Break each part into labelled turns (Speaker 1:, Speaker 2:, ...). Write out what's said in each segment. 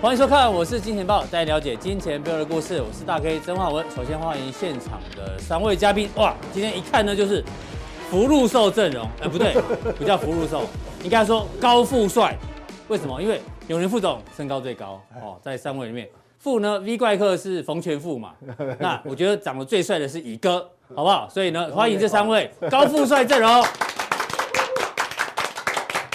Speaker 1: 欢迎收看，我是金钱豹，带你了解金钱背后的故事。我是大 K 曾焕文。首先欢迎现场的三位嘉宾，哇，今天一看呢就是福禄寿阵容，哎、不对，不叫福禄寿，应该说高富帅。为什么？因为永仁副总身高最高哦，在三位里面，富呢 V 怪客是冯全富嘛，那我觉得长得最帅的是乙哥，好不好？所以呢，欢迎这三位高富帅阵容。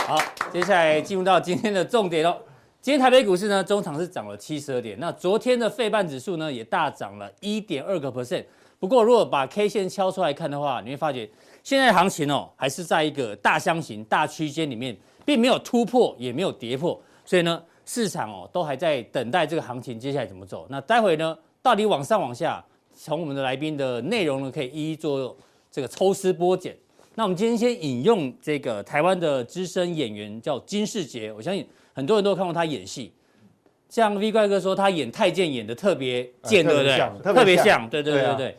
Speaker 1: 好，接下来进入到今天的重点喽。今天台北股市呢，中场是涨了七十二点，那昨天的费半指数呢也大涨了一点二个 percent。不过如果把 K 线敲出来看的话，你会发觉现在的行情哦，还是在一个大箱型、大区间里面，并没有突破，也没有跌破，所以呢，市场哦都还在等待这个行情接下来怎么走。那待会呢，到底往上往下，从我们的来宾的内容呢，可以一一做这个抽丝剥茧。那我们今天先引用这个台湾的资深演员叫金世杰，我相信很多人都看过他演戏。像 V 怪哥说，他演太监演的特别贱，
Speaker 2: 呃特
Speaker 1: 对不
Speaker 2: 别
Speaker 1: 对？
Speaker 2: 像
Speaker 1: 特
Speaker 2: 特别
Speaker 1: 别像，
Speaker 2: 像
Speaker 1: 对对
Speaker 2: 对
Speaker 1: 对
Speaker 2: 啊
Speaker 1: 对。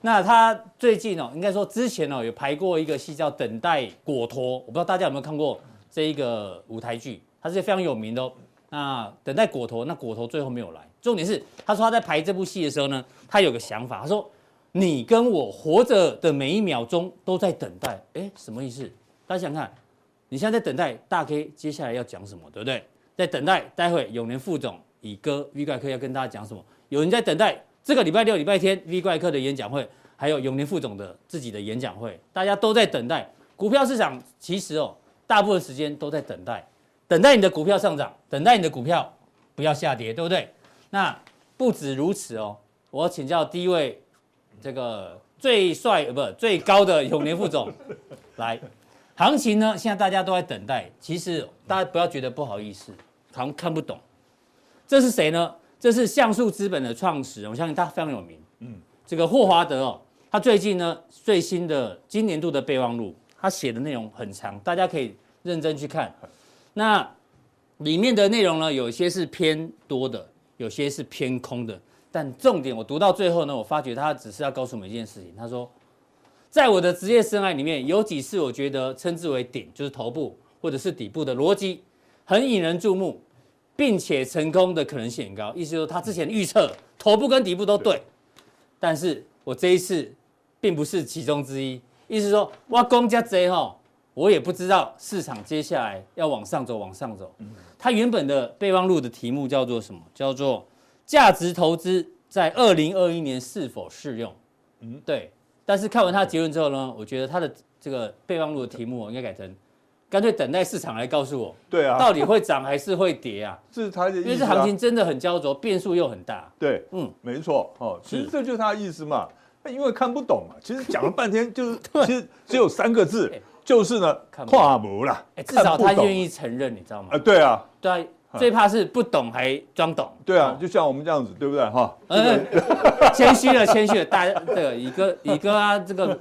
Speaker 1: 那他最近哦，应该说之前哦，有排过一个戏叫《等待果陀》，我不知道大家有没有看过这一个舞台剧，它是非常有名的、哦。那等待果陀，那果陀最后没有来。重点是，他说他在排这部戏的时候呢，他有个想法，他说：“你跟我活着的每一秒钟都在等待。”哎，什么意思？大家想想看，你现在在等待大 K 接下来要讲什么，对不对？在等待，待会永年副总、以哥、V 怪客要跟大家讲什么？有人在等待这个礼拜六、礼拜天 V 怪客的演讲会，还有永年副总的自己的演讲会，大家都在等待。股票市场其实哦，大部分时间都在等待，等待你的股票上涨，等待你的股票不要下跌，对不对？那不止如此哦，我要请教第一位这个最帅呃不最高的永年副总来。行情呢，现在大家都在等待。其实大家不要觉得不好意思，好像看不懂。这是谁呢？这是橡树资本的创始人，我相信他非常有名。嗯，这个霍华德哦，他最近呢最新的今年度的备忘录，他写的内容很长，大家可以认真去看。那里面的内容呢，有些是偏多的，有些是偏空的。但重点，我读到最后呢，我发觉他只是要告诉我们一件事情。他说，在我的职业生涯里面，有几次我觉得称之为顶，就是头部或者是底部的逻辑，很引人注目，并且成功的可能性很高。意思就是他之前预测头部跟底部都对，但是我这一次并不是其中之一。意思说，哇，公家贼哈，我也不知道市场接下来要往上走，往上走。它原本的备忘录的题目叫做什么？叫做价值投资在二零二一年是否适用？嗯，对。但是看完它的结论之后呢，我觉得它的这个备忘录的题目哦我应该改成，干脆等待市场来告诉我
Speaker 2: 对啊，
Speaker 1: 到底会涨还是会 跌啊？
Speaker 2: 这是他的意
Speaker 1: 因
Speaker 2: 思、啊。
Speaker 1: 为这行情真的很焦灼，变数又很大。
Speaker 2: 对，
Speaker 1: 嗯
Speaker 2: 嗯，没错，哦，其实
Speaker 1: 是
Speaker 2: 这就是他的意思嘛。那因为看不懂嘛，其实讲了半 天就是，其实只有三个字
Speaker 1: 哎，
Speaker 2: 就是呢，
Speaker 1: 看不懂
Speaker 2: 跨模啦
Speaker 1: 哎，，至
Speaker 2: 看
Speaker 1: 少
Speaker 2: 不
Speaker 1: 他
Speaker 2: 懂
Speaker 1: 愿意承认，你知道吗
Speaker 2: 啊，？对啊，
Speaker 1: 对啊，最怕是不懂还装懂。
Speaker 2: 对啊，就像我们这样子，对不对哈？
Speaker 1: 嗯，谦虚了，谦虚了，大家这个 乙哥，乙哥啊，这个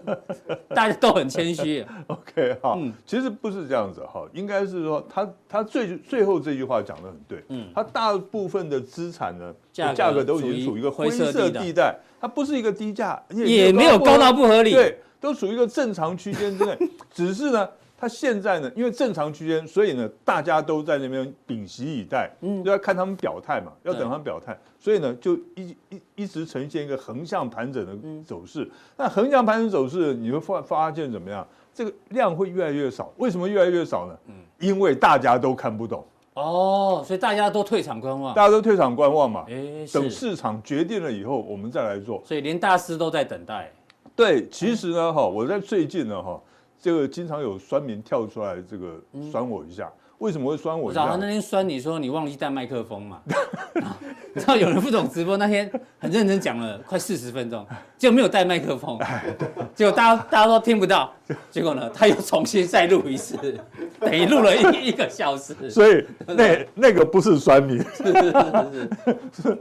Speaker 1: 大家都很谦虚。
Speaker 2: OK 哈
Speaker 1: 嗯，
Speaker 2: 其实不是这样子哈，应该是说他他最最后这句话讲得很对，
Speaker 1: 嗯
Speaker 2: 嗯，他大部分的资产呢，
Speaker 1: 价格
Speaker 2: 价格都已经
Speaker 1: 属于
Speaker 2: 处于一个
Speaker 1: 灰
Speaker 2: 灰
Speaker 1: 色
Speaker 2: 色
Speaker 1: 地带
Speaker 2: 地带，它不是一个低价，
Speaker 1: 也没有高到不合理。
Speaker 2: 对，都属于一个正常区间 之内。只是呢，它现在呢，因为正常区间，所以呢，大家都在那边屏息以待，
Speaker 1: 嗯
Speaker 2: 嗯，就要看他们表态嘛，要等
Speaker 1: 对
Speaker 2: 他们表态。所以呢，就一一一直呈现一个横向盘整
Speaker 1: 嗯
Speaker 2: 的走势。那横向盘整走势，你会发发现怎么样？这个量会越来越少。为什么越来越少呢？
Speaker 1: 嗯
Speaker 2: 因为大家都看不懂，
Speaker 1: 哦，所以大家都退场观望。
Speaker 2: 大家都退场观望嘛。
Speaker 1: 哎，
Speaker 2: 等
Speaker 1: 啊是，
Speaker 2: 市场决定了以后，我们再来做。
Speaker 1: 所以连大师都在等待。
Speaker 2: 对，
Speaker 1: 嗯
Speaker 2: 其实呢，哈，我在最近呢，哈，这个经常有酸民跳出来，这个酸我一下。为什么会酸我
Speaker 1: 嗯我
Speaker 2: 一
Speaker 1: 知道他
Speaker 2: 下
Speaker 1: 那？天酸你说你忘记带麦克风嘛？ 你知道有人副总直播那天很认真讲了快四十分钟，结果没有带麦克风，
Speaker 2: 哎
Speaker 1: 结果大家大家都听不到，结果呢他又重新再录 一次，等于录了一一个小时。
Speaker 2: 所以那那个不是啊酸民，
Speaker 1: 嗯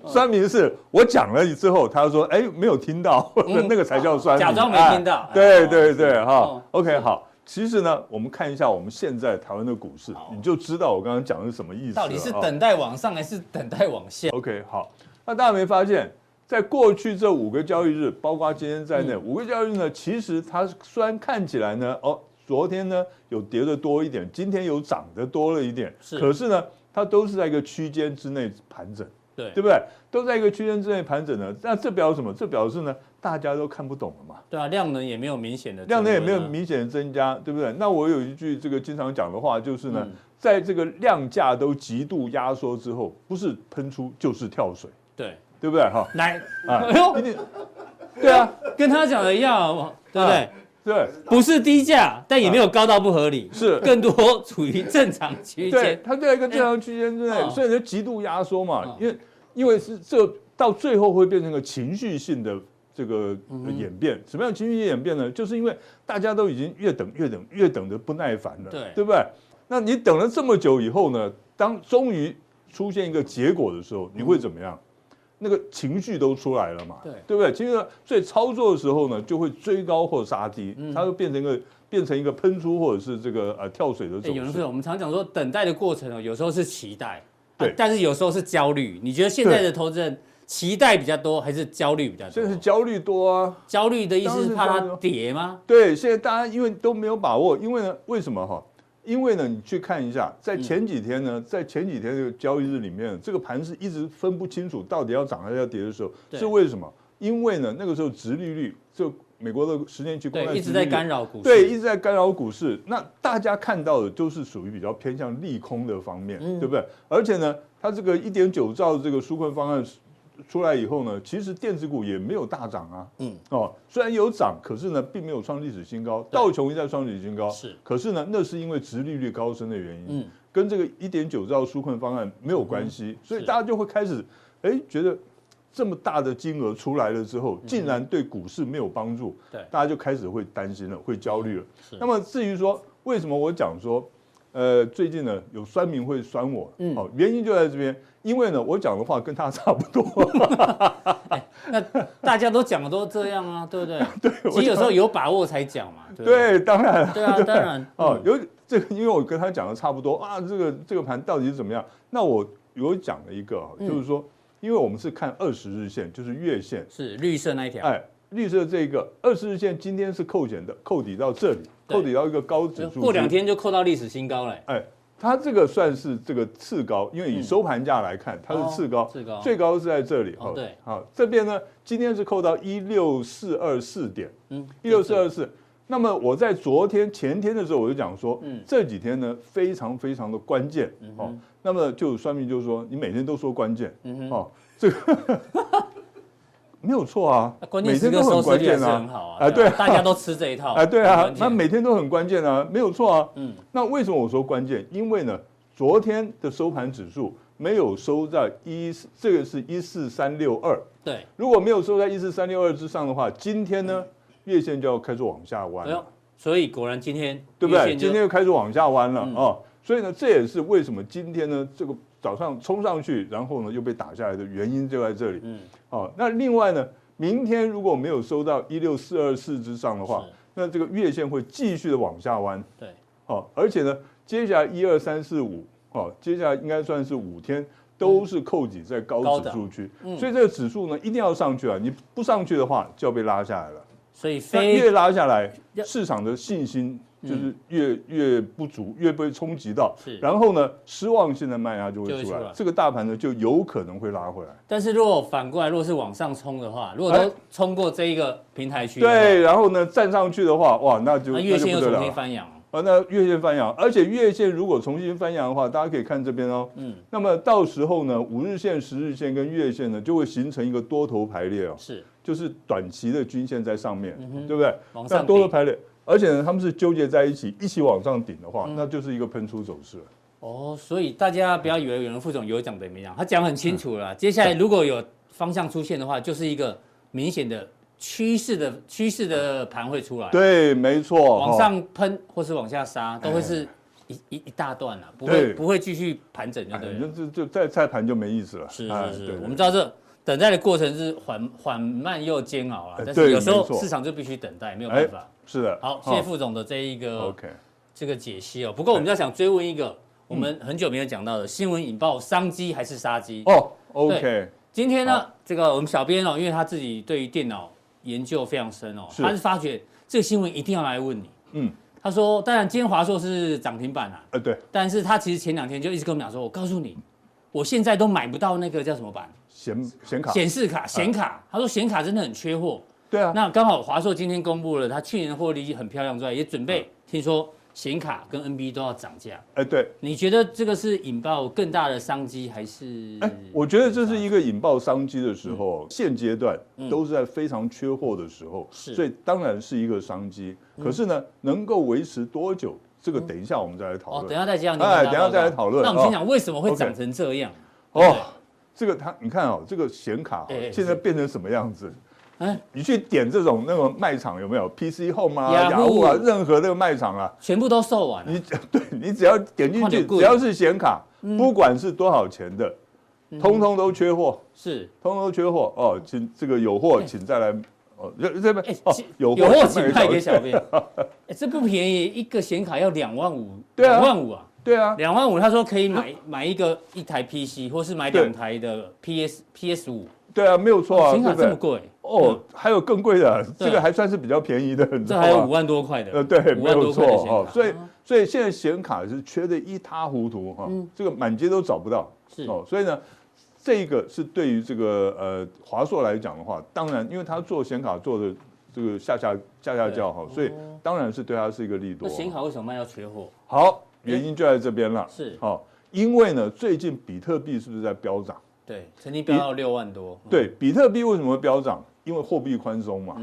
Speaker 2: 酸民是我讲了之后，他说哎没有听到，那个才叫酸民，
Speaker 1: 嗯哦假装没
Speaker 2: 哎
Speaker 1: 听到
Speaker 2: 对
Speaker 1: 哦
Speaker 2: 对对，
Speaker 1: 哦
Speaker 2: 哈，OK 好。其实呢，我们看一下我们现在台湾的股市，你就知道我刚刚讲的是什么意思了。啊
Speaker 1: 到底是
Speaker 2: 哈
Speaker 1: 等待往上还是等待往下？
Speaker 2: OK，好，那大家有没有发现，在过去这五个交易日，包括今天在内，
Speaker 1: 嗯
Speaker 2: 五个交易日呢，其实它虽然看起来呢，哦，昨天呢有跌的多一点，今天有涨的多了一点，
Speaker 1: 是
Speaker 2: 可是呢，它都是在一个区间之内盘整，
Speaker 1: 对
Speaker 2: 对不对？都在一个区间之内盘整呢。那这表示什么？这表示呢，大家都看不懂了嘛。
Speaker 1: 对啊，量能也没有明显的
Speaker 2: 量能也
Speaker 1: 增
Speaker 2: 没
Speaker 1: 温
Speaker 2: 有
Speaker 1: 啊
Speaker 2: 明显的增加，对不对？那我有一句这个经常讲的话，就是呢，
Speaker 1: 嗯
Speaker 2: 在这个量价都极度压缩之后，不是喷出就是跳水，
Speaker 1: 对，
Speaker 2: 对不对？哈，
Speaker 1: 来，
Speaker 2: 啊
Speaker 1: 哎呦
Speaker 2: 一，定，对啊，
Speaker 1: 跟他讲的一样，对不对？
Speaker 2: 对
Speaker 1: 不是低价，但也没有高到不合理，
Speaker 2: 是
Speaker 1: 更多处于正常区
Speaker 2: 对
Speaker 1: 间，。
Speaker 2: 它在一个正常区间之
Speaker 1: 哎
Speaker 2: 内，
Speaker 1: 哦
Speaker 2: 所以就极度压缩嘛
Speaker 1: 哦，
Speaker 2: 因为因为是这到最后会变成个情绪性的。这个呃演变什么样的情绪性演变呢？就是因为大家都已经越等越等越等的不耐烦了，
Speaker 1: 对
Speaker 2: 对不对？那你等了这么久以后呢，当终于出现一个结果的时候，你会怎么样？那个情绪都出来了嘛，
Speaker 1: 对哎
Speaker 2: 对不对？情绪，所以操作的时候呢，就会追高或杀低，
Speaker 1: 嗯
Speaker 2: 它会变成一个变成一个喷出或者是这个呃跳水的走
Speaker 1: 哎，有人
Speaker 2: 势
Speaker 1: 说，。我们常讲说，等待的过程哦，有时候是期待，啊
Speaker 2: 对
Speaker 1: 但是有时候是焦虑。你觉得现在
Speaker 2: 对
Speaker 1: 的投资人期待比较多，还是焦虑比较
Speaker 2: 现在是
Speaker 1: 多？
Speaker 2: 焦虑多啊，
Speaker 1: 焦虑的意
Speaker 2: 当
Speaker 1: 思
Speaker 2: 然
Speaker 1: 是
Speaker 2: 是
Speaker 1: 怕
Speaker 2: 焦虑
Speaker 1: 它
Speaker 2: 啊
Speaker 1: 跌吗？
Speaker 2: 对，现在大家因为都没有把握，因为呢，为什么哈？因为呢，你去看一下，在前几天
Speaker 1: 嗯
Speaker 2: 呢，在前几天这个交易日里面，这个盘是一直分不清楚到底要涨还是要跌的时候，
Speaker 1: 对
Speaker 2: 是为什么？因为呢，那个时候殖利率，就美国的十年期公
Speaker 1: 对
Speaker 2: 债，
Speaker 1: 一直在干，扰股市。
Speaker 2: 对，一直在干扰股市。那大家看到的都是属于比较偏向利空的方面，
Speaker 1: 嗯
Speaker 2: 对不对？而且呢，它这个一点九兆这个纾困方案出来以后呢，其实电子股也没有大涨啊，
Speaker 1: 嗯，
Speaker 2: 哦，虽然有涨，可是呢，并没有创历史新高，道琼也在创历史新高，
Speaker 1: 是，
Speaker 2: 可是呢，那是因为殖利率高升的原因，
Speaker 1: 嗯，
Speaker 2: 跟这个一点九兆纾困方案没有关系，所以
Speaker 1: 是
Speaker 2: 大家就会开始，哎，觉得这么大的金额出来了之后，竟然对股市没有帮助，
Speaker 1: 对
Speaker 2: 大家就开始会担心了，会焦虑了
Speaker 1: 是。
Speaker 2: 那么至于说为什么我讲说，呃，最近呢有酸民会酸我，
Speaker 1: 嗯
Speaker 2: 哦，原因就在这边，因为呢我讲的话跟他差不多，
Speaker 1: 那大家都讲的都这样啊，对 不对？对，其实有时候有把握才讲嘛。不，
Speaker 2: 对，当然了。
Speaker 1: 对啊，当然。
Speaker 2: 哦
Speaker 1: 嗯，
Speaker 2: 有这个，因为我跟他讲的差不多啊，这个这个盘到底是怎么样？那我有讲了一个啊，
Speaker 1: 嗯
Speaker 2: 就是说，因为我们是看二十日线，就是月线，
Speaker 1: 是绿色那一条。
Speaker 2: 哎，绿色这个二十日线今天是扣减的，扣底到这里，
Speaker 1: 对
Speaker 2: 扣底到一个高指
Speaker 1: 就
Speaker 2: 数区，
Speaker 1: 过两天就扣到历史新高了，
Speaker 2: 哎，它这个算是这个次高，因为以收盘价来看，它是次高，
Speaker 1: 嗯哦次高
Speaker 2: 最高是在这里
Speaker 1: 哦
Speaker 2: 哈
Speaker 1: 对
Speaker 2: 好，这边呢，今天是扣到一六四二四点，
Speaker 1: 嗯，
Speaker 2: 一六四二四。那么我在昨天、前天的时候，我就讲说，
Speaker 1: 嗯
Speaker 2: 这几天呢非常非常的关键，哦，那么就有算命就说，你每天都说关键，
Speaker 1: 嗯
Speaker 2: 哦，这个 没有错啊
Speaker 1: 那，关键
Speaker 2: 每
Speaker 1: 时
Speaker 2: 天
Speaker 1: 刻
Speaker 2: 都
Speaker 1: 收
Speaker 2: 很
Speaker 1: 视
Speaker 2: 关
Speaker 1: 率还
Speaker 2: 键
Speaker 1: 是
Speaker 2: 啊，
Speaker 1: 很好啊，
Speaker 2: 啊，对啊，
Speaker 1: 大家都吃这一套
Speaker 2: 哎，对啊
Speaker 1: 很关，键
Speaker 2: 那每天都很关键啊，没有错啊。
Speaker 1: 嗯
Speaker 2: 嗯，那为什么我说关键？因为呢，昨天的收盘指数没有收在一，这个是一四三六二，
Speaker 1: 对，
Speaker 2: 如果没有收在一四三六二之上的话，今天呢，
Speaker 1: 嗯
Speaker 2: 月线就要开始往下弯
Speaker 1: 哎
Speaker 2: 了
Speaker 1: 呦，，所以果然今天
Speaker 2: 对不
Speaker 1: 月
Speaker 2: 对？
Speaker 1: 线就嗯
Speaker 2: 今天又开始往下弯了啊，所以呢，这也是为什么今天呢，这个早上冲上去，然后呢又被打下来的原因就在这里。
Speaker 1: 嗯
Speaker 2: 哦，那另外呢，明天如果没有收到一六四二四之上的话
Speaker 1: 是，
Speaker 2: 那这个月线会继续的往下弯。
Speaker 1: 对
Speaker 2: 哦，而且呢，接下来一二三四五，哦，接下来应该算是五天都是扣底在
Speaker 1: 高
Speaker 2: 高指
Speaker 1: 的
Speaker 2: 数区，
Speaker 1: 嗯
Speaker 2: 所以这个指数呢一定要上去啊，你不上去的话就要被拉下来了。
Speaker 1: 所以
Speaker 2: 那越
Speaker 1: 非
Speaker 2: 拉下来
Speaker 1: 要，嗯
Speaker 2: 市场的信心就是越、越不足，越被冲击到
Speaker 1: 是，
Speaker 2: 然后呢，失望性的卖压就会
Speaker 1: 就会
Speaker 2: 出
Speaker 1: 出
Speaker 2: 来
Speaker 1: 来，
Speaker 2: 这个大盘呢就有可能会拉回来。
Speaker 1: 但是如果反过来，如果是往上冲的话，如果
Speaker 2: 哎
Speaker 1: 都冲过这一个平台区，，
Speaker 2: 对，然后呢站上去的话，哇，那就
Speaker 1: 那
Speaker 2: 那
Speaker 1: 啊月
Speaker 2: 就
Speaker 1: 线
Speaker 2: 不
Speaker 1: 又
Speaker 2: 得
Speaker 1: 重
Speaker 2: 了
Speaker 1: 新
Speaker 2: 了。
Speaker 1: 翻扬哦，
Speaker 2: 啊，那月线翻扬，而且月线如果重新翻扬的话，大家可以看这边哦。
Speaker 1: 嗯
Speaker 2: 嗯，那么到时候呢，五日线、十日线跟月线呢，就会形成一个多头排列哦，
Speaker 1: 是
Speaker 2: 就是短期的均线在上面，
Speaker 1: 嗯
Speaker 2: 对不对？
Speaker 1: 往
Speaker 2: 那
Speaker 1: 上
Speaker 2: 多头
Speaker 1: 顶
Speaker 2: 排列，而且呢，他们是纠结在一起，一起往上顶的
Speaker 1: 嗯
Speaker 2: 话，那就是一个喷出走势了。
Speaker 1: 哦，所以大家不要以为有人副总有讲的没讲，他讲很清楚
Speaker 2: 嗯
Speaker 1: 了啦。接下来如果有方向出现的话，就是一个明显的趋势的趋势的盘会出来，
Speaker 2: 对，哦没错，
Speaker 1: 哎往
Speaker 2: 哈
Speaker 1: 上喷或是往下杀，都会是一一一大段了，不会
Speaker 2: 对
Speaker 1: 不会继续盘整就
Speaker 2: 哎
Speaker 1: 对
Speaker 2: 就
Speaker 1: 了。
Speaker 2: 就就再再盘就没意思了。
Speaker 1: 是
Speaker 2: 哎
Speaker 1: 是是
Speaker 2: 对，
Speaker 1: 我们知道这等待的过程是缓缓慢又煎熬啊
Speaker 2: 哎，
Speaker 1: 但是
Speaker 2: 对
Speaker 1: 有时
Speaker 2: 没
Speaker 1: 候
Speaker 2: 错
Speaker 1: 市场就必须等待，没有
Speaker 2: 哎
Speaker 1: 办法。
Speaker 2: 是的。
Speaker 1: 好，谢
Speaker 2: 哈
Speaker 1: 谢副总的这一个
Speaker 2: OK，
Speaker 1: 这个解析哦。不过我们要想追问一个我们很久没有讲到的新闻引爆商机还是杀机？
Speaker 2: 哦，OK，
Speaker 1: 今天呢，这个我们小编哦，因为他自己对于电脑研究非常深哦，
Speaker 2: 是
Speaker 1: 他是发觉这个新闻一定要来问你。
Speaker 2: 嗯，
Speaker 1: 他说，当然今天华硕是涨停板啊，
Speaker 2: 呃，对，
Speaker 1: 但是他其实前两天就一直跟我们讲说，我告诉你，我现在都买不到那个叫什么板
Speaker 2: 显显卡，啊
Speaker 1: 显示卡、显卡。他说显卡真的很缺货。
Speaker 2: 对啊，
Speaker 1: 那刚好华硕今天公布了它去年的获利很漂亮之外，也准备听说显卡跟 NB 都要涨价。
Speaker 2: 哎，对，
Speaker 1: 你觉得这个是引爆更大的商机，还是？
Speaker 2: 哎，我觉得这是一个引爆商机的时
Speaker 1: 嗯
Speaker 2: 候，现阶段都是在非常缺货的时候，
Speaker 1: 是嗯
Speaker 2: 所以当然是一个商机。可是呢，能够维持多久，这个等一下我们再来讨
Speaker 1: 哦，等一
Speaker 2: 论。
Speaker 1: 下再讲，
Speaker 2: 哎等一下再来讨论
Speaker 1: 那我们
Speaker 2: 哦
Speaker 1: 先讲为什么会涨
Speaker 2: OK
Speaker 1: 成这样？
Speaker 2: 哦，这个它，你看哦，这个显卡哦
Speaker 1: 哎哎
Speaker 2: 现在变成什么样子？
Speaker 1: 哎，
Speaker 2: 你去点这种那种卖场有没有 PC Home 啊、雅
Speaker 1: Yahoo
Speaker 2: 虎啊，任何那个卖场啊，
Speaker 1: 全部都售完了。
Speaker 2: 你对你只要点进
Speaker 1: 看
Speaker 2: 去，
Speaker 1: 就贵
Speaker 2: 只要是显卡，
Speaker 1: 嗯
Speaker 2: 不管是多少钱的，通通都缺货。
Speaker 1: 是，
Speaker 2: 通通缺货哦，请这个有货
Speaker 1: 哎
Speaker 2: 请再来哦，这这
Speaker 1: 哎
Speaker 2: 边哦
Speaker 1: 其
Speaker 2: 有
Speaker 1: 有货
Speaker 2: 请
Speaker 1: 请派给
Speaker 2: 编
Speaker 1: 小编。哎，这不便宜，一个显卡要两万五，
Speaker 2: 对啊
Speaker 1: 两万五啊，
Speaker 2: 对啊，
Speaker 1: 两万五。他说可以买买一个一台 PC，或是买
Speaker 2: 对
Speaker 1: 两台的 PS PS 五。
Speaker 2: 对啊，没有错啊，
Speaker 1: 哎显
Speaker 2: 对
Speaker 1: 卡
Speaker 2: 不
Speaker 1: 这么
Speaker 2: 对？
Speaker 1: 嗯贵，
Speaker 2: 哦，还有更贵的，
Speaker 1: 对
Speaker 2: 这个还算是比较便宜的，你知
Speaker 1: 这
Speaker 2: 道
Speaker 1: 还有五
Speaker 2: 吗？
Speaker 1: 万多块的。
Speaker 2: 呃，对，
Speaker 1: 五
Speaker 2: 没
Speaker 1: 万
Speaker 2: 有
Speaker 1: 多
Speaker 2: 错
Speaker 1: 块的显
Speaker 2: 哦
Speaker 1: 卡。，
Speaker 2: 所以所以现在显卡是缺的一塌糊涂哈，这个满街都找不到
Speaker 1: 是
Speaker 2: 哦，所以呢。这个是对于这个呃华硕来讲的话，当然，因为它做显卡做的这个下下下下叫哈，所以当然是对它是一个利多
Speaker 1: 那
Speaker 2: 哈。
Speaker 1: 显卡为什么卖到缺货？
Speaker 2: 好，原因就在这边了。
Speaker 1: 是
Speaker 2: 好、因为呢，最近比特币是不是在飙涨？
Speaker 1: 对，曾经飙到六万多。嗯，
Speaker 2: 对，比特币为什么会飙涨？因为货币宽松嘛，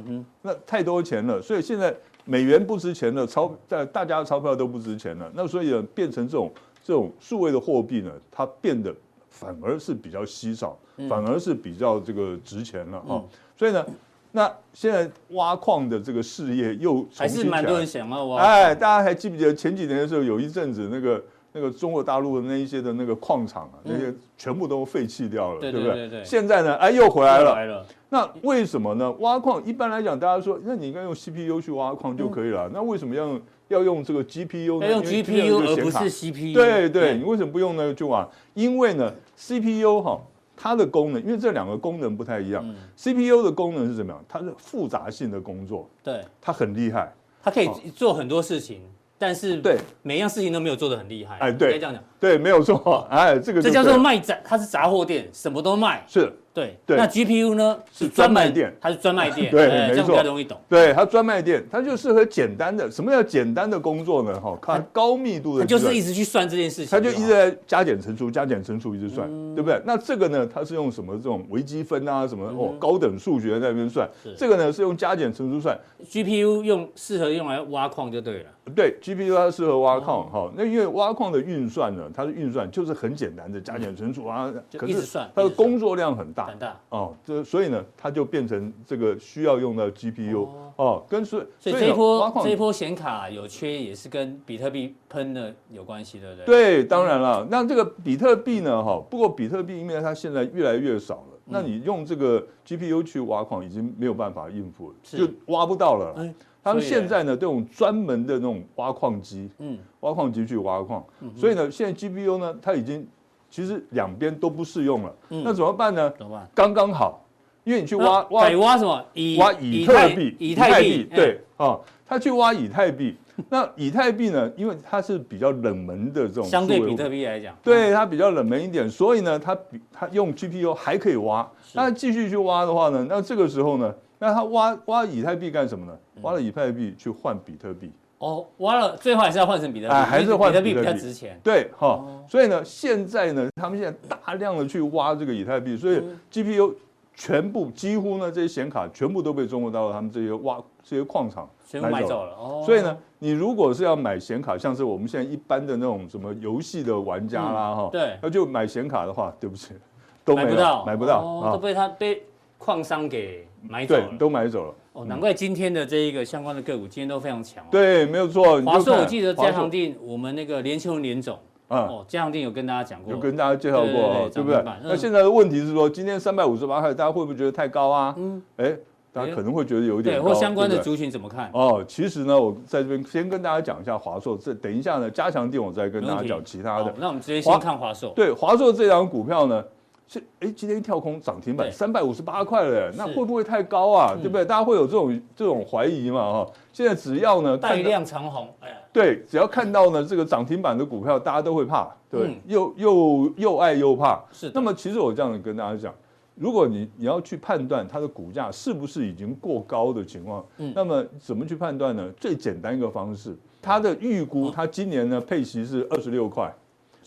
Speaker 2: 那太多钱了，所以现在美元不值钱了，钞大大家的钞票都不值钱了，那所以呢，变成这种这种数位的货币呢，它变得反而是比较稀少，
Speaker 1: 嗯
Speaker 2: 反而是比较这个值钱了哈、所以呢，那现在挖矿的这个事业又重
Speaker 1: 还
Speaker 2: 新
Speaker 1: 是
Speaker 2: 起
Speaker 1: 蛮
Speaker 2: 来
Speaker 1: 多人想要挖。
Speaker 2: 哎，大家还记不记得前几年的时候，有一阵子那个那个中国大陆的那一些的那个矿场啊，那些全部都废弃掉了，
Speaker 1: 嗯对
Speaker 2: 不
Speaker 1: 对对对对
Speaker 2: 现在呢，哎，又回来了。
Speaker 1: 来了，
Speaker 2: 那为什么呢？挖矿一般来讲，大家说，那你应该用 CPU 去挖矿就可以了。那为什么要要用这个 GPU 呢？
Speaker 1: 嗯要用
Speaker 2: 因为这样
Speaker 1: GPU
Speaker 2: 就
Speaker 1: 而
Speaker 2: 显
Speaker 1: 不
Speaker 2: 卡
Speaker 1: 是 CPU。
Speaker 2: 对
Speaker 1: 哎
Speaker 2: 对，你为什么不用那个去挖？因为呢，CPU 哈、它的功能，因为这两个功能不太一样。CPU
Speaker 1: 嗯
Speaker 2: 的功能是怎么样？它是复杂性的工作，
Speaker 1: 对，
Speaker 2: 它很厉害。
Speaker 1: 它可以做很多事情，但是
Speaker 2: 对
Speaker 1: 每一样事情都没有做得很厉害。
Speaker 2: 哎对
Speaker 1: 应该这样讲，
Speaker 2: 对，没有错。 哎，这个
Speaker 1: 这
Speaker 2: 就
Speaker 1: 叫
Speaker 2: 对
Speaker 1: 做
Speaker 2: 了
Speaker 1: 卖杂，它是杂货店，什么都卖。
Speaker 2: 是，
Speaker 1: 对，
Speaker 2: 对
Speaker 1: 那 GPU 呢
Speaker 2: 是专卖
Speaker 1: 门
Speaker 2: 店
Speaker 1: 它是专卖店，
Speaker 2: 对
Speaker 1: 哎
Speaker 2: 没
Speaker 1: 这样比
Speaker 2: 错
Speaker 1: 较容易懂。
Speaker 2: 对，它专卖店，它就适合简单的。什么叫简单的工作呢？哈，看高密度
Speaker 1: 哎它
Speaker 2: 的计
Speaker 1: 就
Speaker 2: 算，
Speaker 1: 是一直去算这件事情好嗯
Speaker 2: 它
Speaker 1: 了，
Speaker 2: 就一直在加减乘除，加减乘除一直算，对不对？那这个呢，它是用什么这种微积分啊，什么哦高等数学在那边算
Speaker 1: 嗯是。
Speaker 2: 这个呢是用加减乘除算，
Speaker 1: GPU 用适合用来挖矿就对了。
Speaker 2: 对，GPU 它适合挖
Speaker 1: 哦
Speaker 2: 矿哈、那因为挖矿的运算呢，它的运算就是很简单的加减乘除啊，
Speaker 1: 就
Speaker 2: 可
Speaker 1: 一直
Speaker 2: 是
Speaker 1: 算
Speaker 2: 它
Speaker 1: 一
Speaker 2: 的
Speaker 1: 直算
Speaker 2: 工作量很大
Speaker 1: 很大
Speaker 2: 哦，这所以呢，它就变成这个需要用到 GPU 哦跟所以
Speaker 1: 所以
Speaker 2: 呢
Speaker 1: 这一
Speaker 2: 挖
Speaker 1: 波
Speaker 2: 矿
Speaker 1: 这一波显卡有缺，也是跟比特币喷的有关系，对不对？，
Speaker 2: 对，当然了，那这个比特币呢，哈，不过比特币因为它现在越来越少了，
Speaker 1: 嗯
Speaker 2: 那你用这个 GPU 去挖矿已经没有办法应付了，
Speaker 1: 是
Speaker 2: 就挖不到了
Speaker 1: 哎
Speaker 2: 啦。他们
Speaker 1: 所以
Speaker 2: 现在呢，这种专门的那种挖矿机，
Speaker 1: 嗯，
Speaker 2: 挖矿机去挖矿，所以呢，现在 GPU 呢，它已经其实两边都不适用了，
Speaker 1: 嗯
Speaker 2: 那怎么办呢？
Speaker 1: 怎么办？
Speaker 2: 刚刚好，因为你去挖
Speaker 1: 那
Speaker 2: 挖
Speaker 1: 啊改挖什么？以
Speaker 2: 挖以太币，
Speaker 1: 以太币，哎
Speaker 2: 对啊，他去挖以太币。那以太币呢，因为它是比较冷门的这种
Speaker 1: 相对
Speaker 2: 数位
Speaker 1: 比特币来讲，
Speaker 2: 对它比较冷门一点，所以呢，它比它用 GPU 还可以挖。那继续去挖的话呢，那这个时候呢，那它挖挖以太币干什么呢？
Speaker 1: 嗯
Speaker 2: 挖了以太币去换比特币，
Speaker 1: 哦，挖了最后还是要换成比特币，
Speaker 2: 哎还是换
Speaker 1: 比特币
Speaker 2: 比
Speaker 1: 比
Speaker 2: 特
Speaker 1: 较
Speaker 2: 币
Speaker 1: 值钱。
Speaker 2: 对哈、
Speaker 1: 哦
Speaker 2: 所以呢，现在呢，他们现在大量的去挖这个以太币，所以
Speaker 1: 嗯
Speaker 2: GPU 全部几乎呢这些显卡全部都被中国大陆他们这些挖这些矿场
Speaker 1: 全部买走了哦，
Speaker 2: 所以呢，你如果是要买显卡，像是我们现在一般的那种什么游戏的玩家啦，哈、
Speaker 1: 嗯对
Speaker 2: 那就买显卡的话，对不起，哦都没
Speaker 1: 买不
Speaker 2: 了
Speaker 1: 到，
Speaker 2: 买不到啊
Speaker 1: 哦都被他被矿商给买走
Speaker 2: 对
Speaker 1: 了，。
Speaker 2: 都买走了，
Speaker 1: 哦，难怪今天的这一个相关的个股今天都非常强哦。
Speaker 2: 对，没有错。你就
Speaker 1: 华硕
Speaker 2: 看
Speaker 1: 我记得
Speaker 2: 华硕
Speaker 1: 嘉航定，我们那个联秋联总，
Speaker 2: 嗯
Speaker 1: 哦，嘉航定有跟大家讲过，
Speaker 2: 有跟大家介绍过哈，
Speaker 1: 对对对
Speaker 2: 对不对
Speaker 1: 涨停板？嗯
Speaker 2: 那现在的问题是说，今天三百五十八块，大家会不会觉得太高啊？嗯，哎，大
Speaker 1: 哎
Speaker 2: 家可能会觉得有点
Speaker 1: 对，
Speaker 2: 高，
Speaker 1: 或相关
Speaker 2: 对
Speaker 1: 的
Speaker 2: 不对
Speaker 1: 族群怎么看？
Speaker 2: 哦，其实呢，我在这边先跟大家讲一下华硕，这等一下呢，加强店我再跟
Speaker 1: 没
Speaker 2: 大
Speaker 1: 问
Speaker 2: 家
Speaker 1: 题
Speaker 2: 讲其他的
Speaker 1: 好。那我们直接先
Speaker 2: 华
Speaker 1: 看华硕，
Speaker 2: 对华硕这档股票呢，是哎，今天跳空涨停板
Speaker 1: 对
Speaker 2: 三百五十八块了，那
Speaker 1: 是
Speaker 2: 会不会太高啊？
Speaker 1: 嗯
Speaker 2: 对不对？大家会有这种这种怀疑嘛？哈，现在只要呢，
Speaker 1: 带
Speaker 2: 看到
Speaker 1: 量长虹，哎呀，
Speaker 2: 对，只要看到呢这个涨停板的股票，大家都会怕，对，
Speaker 1: 嗯
Speaker 2: 又又又爱又怕。
Speaker 1: 是的
Speaker 2: 那么其实我这样跟大家讲，如果你你要去判断它的股价是不是已经过高的情况，
Speaker 1: 嗯
Speaker 2: 那么怎么去判断呢？最简单一个方式，它的预估，它今年呢配息是二十六块，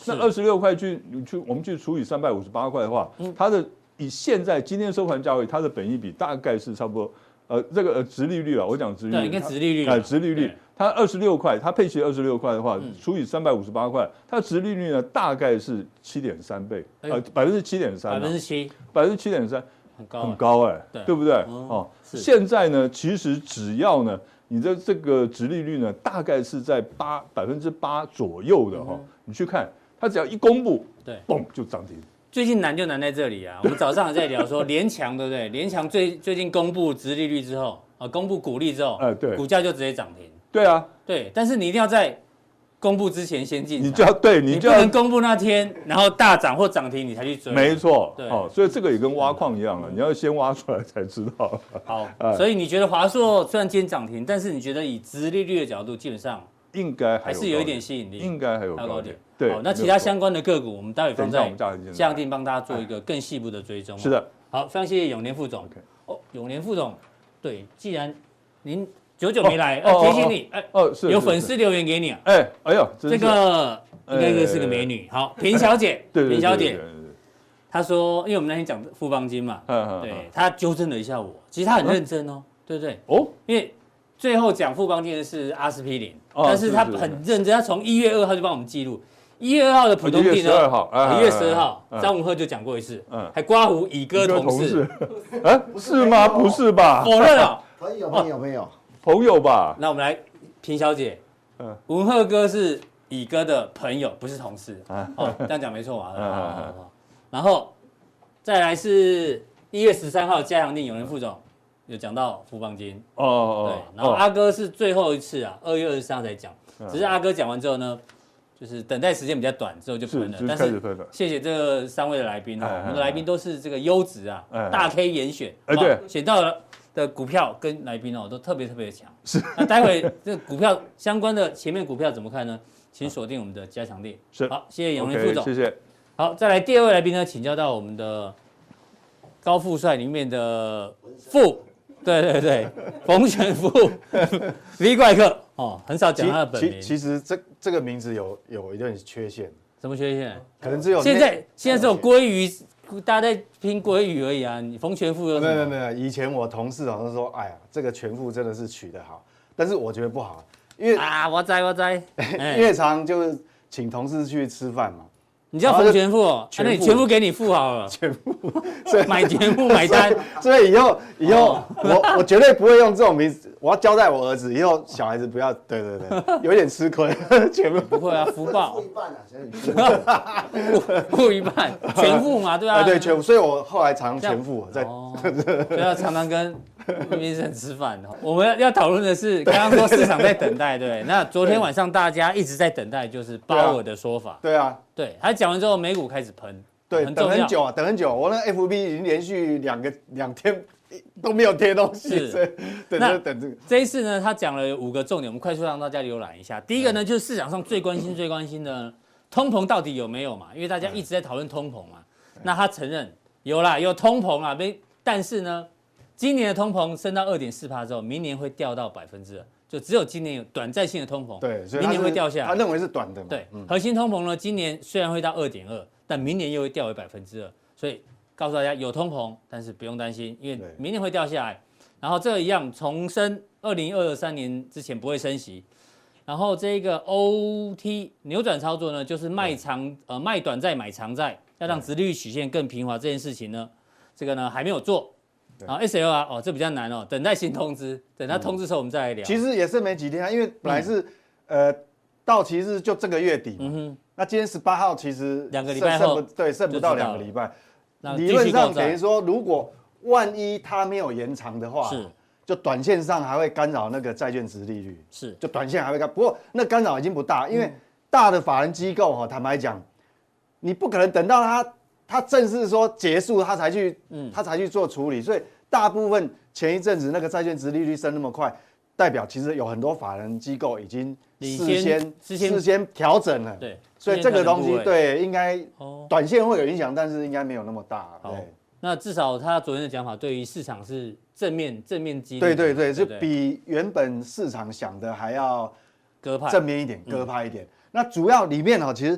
Speaker 2: 那
Speaker 1: 嗯是
Speaker 2: 二十六块去你去我们去除以三百五十八块的话，
Speaker 1: 嗯
Speaker 2: 它的以现在今天收盘价位，它的本益比大概是差不多。呃，这个呃，殖利率啊，我讲殖利
Speaker 1: 对，
Speaker 2: 率，
Speaker 1: 应该
Speaker 2: 它
Speaker 1: 殖利率嘛，
Speaker 2: 哎，殖利率
Speaker 1: 对，
Speaker 2: 它二十六块，它配齐二十六块的话
Speaker 1: 嗯，
Speaker 2: 除以三百五十八块，它殖利率呢大概是七点三倍，
Speaker 1: 哎呦
Speaker 2: 呃，百分之七点
Speaker 1: 百
Speaker 2: 三，
Speaker 1: 分之七，
Speaker 2: 百分之七点三，
Speaker 1: 很高
Speaker 2: 很
Speaker 1: 啊，
Speaker 2: 高哎
Speaker 1: 对，
Speaker 2: 对不对？
Speaker 1: 嗯
Speaker 2: 哦，
Speaker 1: 是
Speaker 2: 现在呢，其实只要呢，你的这个殖利率呢，大概是在八百分之八左右的
Speaker 1: 嗯
Speaker 2: 哈，你去看，它只要一公布，
Speaker 1: 对
Speaker 2: 嘣就涨停，
Speaker 1: 最近难就难在这里啊！我们早上还在聊说联强，对不对？联强最最近公布殖利率之后，啊，公布股利之后，
Speaker 2: 哎对
Speaker 1: 股价就直接涨停。
Speaker 2: 对啊，
Speaker 1: 对，但是你一定要在公布之前先进场，
Speaker 2: 你就要对，你
Speaker 1: 你不
Speaker 2: 就要
Speaker 1: 能公布那天，然后大涨或涨停你才去追。
Speaker 2: 没错，
Speaker 1: 对嗯
Speaker 2: 哦，所以这个也跟挖矿一样了，你要先挖出来才知道。
Speaker 1: 好
Speaker 2: 哎，
Speaker 1: 所以你觉得华硕虽然今天涨停，但是你觉得以殖利率的角度，基本上
Speaker 2: 应该
Speaker 1: 还
Speaker 2: 还
Speaker 1: 是有一
Speaker 2: 高
Speaker 1: 点吸引力，
Speaker 2: 应该还有
Speaker 1: 还有
Speaker 2: 高
Speaker 1: 高
Speaker 2: 点
Speaker 1: 点。。
Speaker 2: 对，
Speaker 1: 好，那其
Speaker 2: 没有
Speaker 1: 他
Speaker 2: 错
Speaker 1: 相关的个股我们待会
Speaker 2: 等
Speaker 1: 放
Speaker 2: 一下我们
Speaker 1: 在
Speaker 2: 下一件
Speaker 1: 下定帮大家做一个更细部的追踪。哦
Speaker 2: 是。的，
Speaker 1: 好，非常谢谢永年副总
Speaker 2: OK。
Speaker 1: 哦，永年副总，对，既然您久久没来，
Speaker 2: 哦
Speaker 1: 要
Speaker 2: 哦
Speaker 1: 提醒你，哎，
Speaker 2: 哦是
Speaker 1: 有
Speaker 2: 是
Speaker 1: 粉
Speaker 2: 是
Speaker 1: 丝留言给你啊，
Speaker 2: 哎哎呦，真
Speaker 1: 这
Speaker 2: 是
Speaker 1: 个应该
Speaker 2: 呃
Speaker 1: 是个美女，好，平小姐，
Speaker 2: 对对
Speaker 1: 平
Speaker 2: 对对
Speaker 1: 小姐
Speaker 2: 对，对对
Speaker 1: 她说，因为我们那天讲富邦金嘛，
Speaker 2: 嗯嗯
Speaker 1: 对
Speaker 2: 嗯，
Speaker 1: 她纠正了一下我，其实她很认真哦，对不对？
Speaker 2: 哦
Speaker 1: 因为最后讲富邦金的是阿司匹林，
Speaker 2: 哦
Speaker 1: 但是她
Speaker 2: 是是
Speaker 1: 很认真，她从一月二号就帮我们记录。一月二号的普通
Speaker 2: 1月
Speaker 1: 地
Speaker 2: 12
Speaker 1: 呢
Speaker 2: 号哎，
Speaker 1: 一月十二号
Speaker 2: 哎哎，哎
Speaker 1: 张文赫就讲过一次
Speaker 2: 嗯，
Speaker 1: 还刮胡乙哥
Speaker 2: 一个
Speaker 1: 同事，
Speaker 2: 哎是吗？不是吧？
Speaker 1: 否认了。
Speaker 3: 朋友
Speaker 1: 哦
Speaker 3: 朋友朋友，
Speaker 2: 朋友吧？
Speaker 1: 那我们来，平小姐，
Speaker 2: 嗯
Speaker 1: 文鹤哥是乙哥的朋友，不是同事。
Speaker 2: 啊
Speaker 1: 哦，这样讲没错嘛。
Speaker 2: 嗯
Speaker 1: 好好好好啊然后再来是一月十三号，嘉阳定有人副总有讲到富邦金，
Speaker 2: 哦
Speaker 1: 对
Speaker 2: 哦，
Speaker 1: 然后
Speaker 2: 哦嗯
Speaker 1: 阿哥是最后一次啊，二月二十三号才讲，只是阿哥讲完之后呢，就是等待时间比较短，之后就喷
Speaker 2: 是
Speaker 1: 了
Speaker 2: 就。是
Speaker 1: 但
Speaker 2: 开始
Speaker 1: 是
Speaker 2: 分了。
Speaker 1: 谢谢这三位的来宾
Speaker 2: 哎
Speaker 1: 啊，
Speaker 2: 哎
Speaker 1: 我们的来宾都是这个优质啊
Speaker 2: 哎哎，
Speaker 1: 大 K 严选，
Speaker 2: 哎
Speaker 1: 好不好
Speaker 2: 对
Speaker 1: 选到了的股票跟来宾哦都特别特别的强。是，那待会这个股票相关的前面股票怎么看呢？请锁定我们的加强力。
Speaker 2: 是
Speaker 1: 好，谢谢永林
Speaker 2: OK，
Speaker 1: 副总
Speaker 2: 谢。谢。
Speaker 1: 好，再来第二位来宾呢，请教到我们的高富帅里面的富，对对对，冯全富 V 怪客哦，很少讲他的本
Speaker 4: 其
Speaker 1: 名，
Speaker 4: 其实这这个名字有有一点缺陷，
Speaker 1: 什么缺陷？
Speaker 4: 可能只有
Speaker 1: 现
Speaker 4: 内
Speaker 1: 在现在只有鲑鱼，大家在拼鲑鱼而已啊。你冯全富有什
Speaker 4: 没有没有
Speaker 1: 么？
Speaker 4: 没有，以前我同事好像说，哎呀，这个全副真的是取得好，但是我觉得不好，因为、
Speaker 1: 啊，我在我在，哎
Speaker 4: 因为常就是请同事去吃饭嘛，
Speaker 1: 你叫冯全富哦，啊
Speaker 4: 全
Speaker 1: 那
Speaker 4: 富
Speaker 1: 你全部给你付好了，
Speaker 4: 全副，所以
Speaker 1: 买全部买单。
Speaker 4: 所以以后以后、
Speaker 1: 哦
Speaker 4: 我我绝对不会用这种名字，我要交代我儿子，以后小孩子不要，对对对，有点吃亏， 全部
Speaker 1: 不会啊，福报
Speaker 3: 付一半啊，现 在你
Speaker 1: 付一半，全付嘛，对啊，
Speaker 4: 啊对全副，所以我后来常
Speaker 1: 这样
Speaker 4: 全副在
Speaker 1: 哦，所以要常常跟医生吃饭哦。我们要要讨论的是，刚刚说市场在等待，对不对，那昨天晚上大家一直在等待，就是鲍尔的说法，
Speaker 4: 对啊，
Speaker 1: 对，他讲完之后，美股开始喷，
Speaker 4: 对，
Speaker 1: 很
Speaker 4: 等
Speaker 1: 重
Speaker 4: 很
Speaker 1: 要，
Speaker 4: 久啊，等很久。我那 FB 已经连续两个两天都没有贴东西，
Speaker 1: 是
Speaker 4: 所以等
Speaker 1: 那
Speaker 4: 着等这个。
Speaker 1: 这一次呢，他讲了五个重点，我们快速让大家浏览一下。第一个呢，就是市场上最关心、最关心的通膨到底有没有嘛？因为大家一直在讨论通膨嘛。那他承认有啦，有通膨啦，没，但是呢，今年的通膨升到二点四帕之后，明年会掉到百分之二，就只有今年有短暂性的通膨，
Speaker 4: 对，所
Speaker 1: 哦明
Speaker 4: 以他
Speaker 1: 年
Speaker 4: 是
Speaker 1: 会掉下
Speaker 4: 他
Speaker 1: 来。
Speaker 4: 认为是短的嘛。
Speaker 1: 对，核心通膨呢，今年虽然会到二点二，但明年又会掉回百分之二，所以告诉大家有通膨，但是不用担心，因为
Speaker 4: 对
Speaker 1: 明年会掉下来。然后这一样重申，二零二三年之前不会升息。然后这个 OT 扭转操作呢，就是卖长呃卖短债买长债，要让殖利率曲线更平滑这件事情呢，这个呢还没有做。
Speaker 4: 对嗯
Speaker 1: 然后 S L R 哦，这比较难哦，等待新通知，等它通知之后我们再来聊。
Speaker 4: 其实也是没几天啊，因为
Speaker 1: 嗯
Speaker 4: 本来是呃到期日就这个月底
Speaker 1: 嗯
Speaker 4: 嘛。
Speaker 1: 哼，
Speaker 4: 那今天十八号其实
Speaker 1: 两个礼
Speaker 4: 剩
Speaker 1: 拜
Speaker 4: 剩
Speaker 1: 后
Speaker 4: 不对，剩
Speaker 1: 就
Speaker 4: 不
Speaker 1: 知道
Speaker 4: 到两个
Speaker 1: 了
Speaker 4: 礼拜。
Speaker 1: 那
Speaker 4: 理
Speaker 1: 继
Speaker 4: 论
Speaker 1: 续购
Speaker 4: 上等于
Speaker 1: 债
Speaker 4: 说，如果万一它没有延长的话，
Speaker 1: 是
Speaker 4: 就短线上还会干扰那个债券值利率。
Speaker 1: 是
Speaker 4: 就短线还会干，不过那干
Speaker 1: 嗯
Speaker 4: 扰已经不大，因为大的法人机构哈、坦白讲，你不可能等到它他正式说结束，他才去，
Speaker 1: 嗯
Speaker 4: 他才去做处理。所以大部分前一阵子那个债券值利率升那么快，代表其实有很多法人机构已经
Speaker 1: 领
Speaker 4: 事
Speaker 1: 先
Speaker 4: 先
Speaker 1: 事先
Speaker 4: 事先调整了。，
Speaker 1: 对，
Speaker 4: 所以这个东
Speaker 1: 今
Speaker 4: 西
Speaker 1: 天才能入位
Speaker 4: 对应该
Speaker 1: 哦
Speaker 4: 短线会有影响，但是应该没有那么大。
Speaker 1: 好
Speaker 4: 对。
Speaker 1: 那至少他昨天的讲法对于市场是正面正面激励的，
Speaker 4: 对对对，就
Speaker 1: 不
Speaker 4: 比原本市场想的还要
Speaker 1: 鸽派
Speaker 4: 正面一点、鸽派一点。那主要里面哦，其实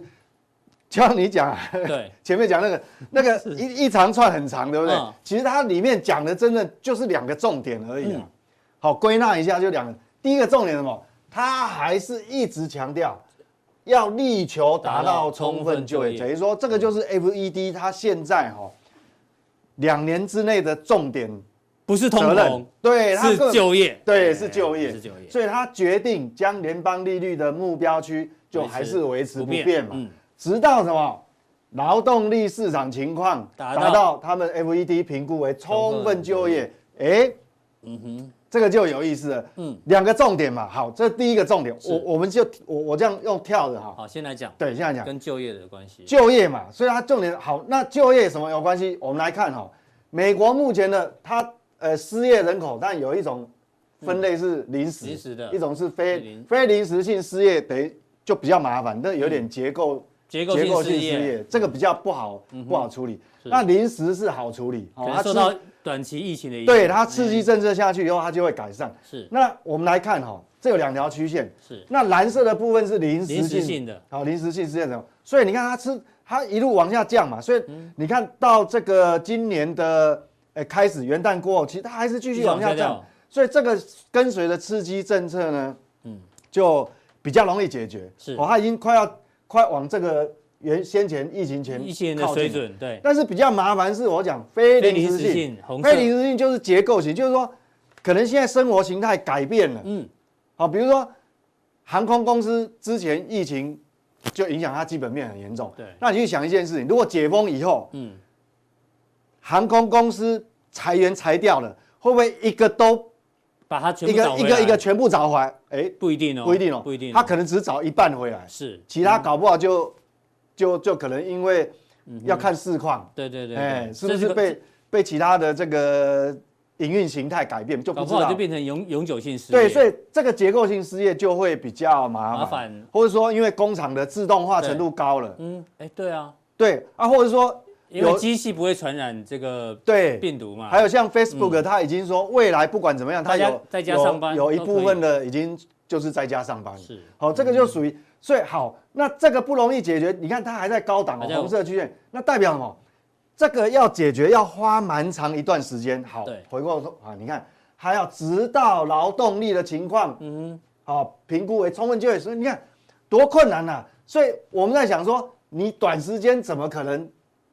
Speaker 4: 就像你讲，
Speaker 1: 对
Speaker 4: 前面讲那个那个一一长串很长，对不对
Speaker 1: 嗯？
Speaker 4: 其实它里面讲的真的就是两个重点而已啊。好，归纳一下就两个，第一个重点是什么？它还是一直强调要力求达
Speaker 1: 达
Speaker 4: 到
Speaker 1: 到充
Speaker 4: 充分
Speaker 1: 分
Speaker 4: 就
Speaker 1: 就
Speaker 4: 业，
Speaker 1: 业嗯
Speaker 4: 等于说这个就是 FED 它现在哈、哦、两年之内的重点
Speaker 1: 不是通
Speaker 4: 责任
Speaker 1: 膨，，
Speaker 4: 对，它根
Speaker 1: 是
Speaker 4: 本
Speaker 1: 就业，
Speaker 4: 对，是就业，
Speaker 1: 是就业
Speaker 4: 所以他决定将联邦利率的目标区就还是维持不变嘛，
Speaker 1: 嗯
Speaker 4: 直到什么劳动力市场情况
Speaker 1: 达
Speaker 4: 达
Speaker 1: 到
Speaker 4: 到他们 FED 评估为充分就业，哎、
Speaker 1: 嗯哼，
Speaker 4: 这个就有意思了。
Speaker 1: 嗯
Speaker 4: 嗯，两个重点嘛，好，这第一个重点，
Speaker 1: 是
Speaker 4: 我我们就我我这样用跳的哈，
Speaker 1: 好，先来讲
Speaker 4: 对，现在讲
Speaker 1: 跟就业的关系，
Speaker 4: 就业嘛，所以它重点好，那就业什么有关系？我们来看哈、美国目前的它呃失业人口，但有一种分类是临时，
Speaker 1: 嗯临时的
Speaker 4: 一种是
Speaker 1: 非
Speaker 4: 非
Speaker 1: 临
Speaker 4: 非临时性失业，等于就比较麻烦，那有点结构、
Speaker 1: 嗯结构性失
Speaker 4: 结
Speaker 1: 业，嗯
Speaker 4: 这个比较不好、不好处理。
Speaker 1: 是
Speaker 4: 那临时是好处理，
Speaker 1: 可
Speaker 4: 好，
Speaker 1: 能
Speaker 4: 它
Speaker 1: 受
Speaker 4: 刺
Speaker 1: 到短期疫情的影响，
Speaker 4: 对它刺激政策下去以后，它就会改善。
Speaker 1: 是
Speaker 4: 那我们来看哈、这有两条曲线，
Speaker 1: 是
Speaker 4: 那蓝色的部分是临时
Speaker 1: 临时
Speaker 4: 性
Speaker 1: 性的，
Speaker 4: 好，临时性事件什么？所以你看它吃，它一路往下降嘛，所以你看到这个今年的呃开始元旦过后，其实它还是继续往下
Speaker 1: 继续往下
Speaker 4: 降
Speaker 1: 掉，
Speaker 4: 所以这个跟随的刺激政策呢，
Speaker 1: 嗯
Speaker 4: 嗯，就比较容易解决。
Speaker 1: 是
Speaker 4: 哦，它已经快要快往这个原先前疫情前
Speaker 1: 疫情人的
Speaker 4: 靠
Speaker 1: 水
Speaker 4: 近了。
Speaker 1: 准，对，
Speaker 4: 但是比较麻烦是我讲非
Speaker 1: 非
Speaker 4: 临时
Speaker 1: 临时
Speaker 4: 性
Speaker 1: 性，红色
Speaker 4: 非临时性就是结构型，就是说可能现在生活形态改变了，
Speaker 1: 嗯，
Speaker 4: 好，比如说航空公司之前疫情就影响它基本面很严重。
Speaker 1: 对
Speaker 4: 那你去想一件事情，如果解封以后，
Speaker 1: 嗯，
Speaker 4: 航空公司裁员裁掉了，会不会一个都
Speaker 1: 把它全
Speaker 4: 一
Speaker 1: 部
Speaker 4: 个
Speaker 1: 找
Speaker 4: 一
Speaker 1: 回
Speaker 4: 个一个
Speaker 1: 来，
Speaker 4: 全部找回来？哎，
Speaker 1: 不一定哦，
Speaker 4: 不一定哦，
Speaker 1: 不一定哦，嗯
Speaker 4: 他可能只找一半回来，
Speaker 1: 是，
Speaker 4: 其他搞不好就就就可能因为
Speaker 1: 嗯
Speaker 4: 要看市况，
Speaker 1: 对对对，
Speaker 4: 哎，
Speaker 1: 对
Speaker 4: 是不
Speaker 1: 这
Speaker 4: 是
Speaker 1: 个
Speaker 4: 被被其他的这个营运形态改变就不
Speaker 1: 搞
Speaker 4: 知
Speaker 1: 不
Speaker 4: 道
Speaker 1: 好就变成永永久性失业，
Speaker 4: 对，所以这个结构性失业就会比较麻烦，
Speaker 1: 麻烦
Speaker 4: 或者说因为工厂的自动化程度高了，
Speaker 1: 嗯，哎，对啊，
Speaker 4: 对啊，或者说
Speaker 1: 因为
Speaker 4: 有
Speaker 1: 机器不会传染这个
Speaker 4: 对，
Speaker 1: 病毒嘛，
Speaker 4: 还有像 Facebook，它已经说未来不管怎么样，它
Speaker 1: 嗯大家
Speaker 4: 有
Speaker 1: 在家
Speaker 4: 有
Speaker 1: 上班
Speaker 4: 有一
Speaker 1: 都可以
Speaker 4: 部分的已经就是在家上班了，
Speaker 1: 是
Speaker 4: 好，这
Speaker 1: 嗯
Speaker 4: 个就属于所以好，那这个不容易解决，你看它还在高档
Speaker 1: 还
Speaker 4: 哦，
Speaker 1: 在
Speaker 4: 红色区间，那代表什么？这个要解决要花蛮长一段时间。好
Speaker 1: 对，
Speaker 4: 回过头啊，你看还要直到劳动力的情况
Speaker 1: 嗯
Speaker 4: 好、评估为充分就业，所以你看多困难呐、所以我们在想说，你短时间怎么可能，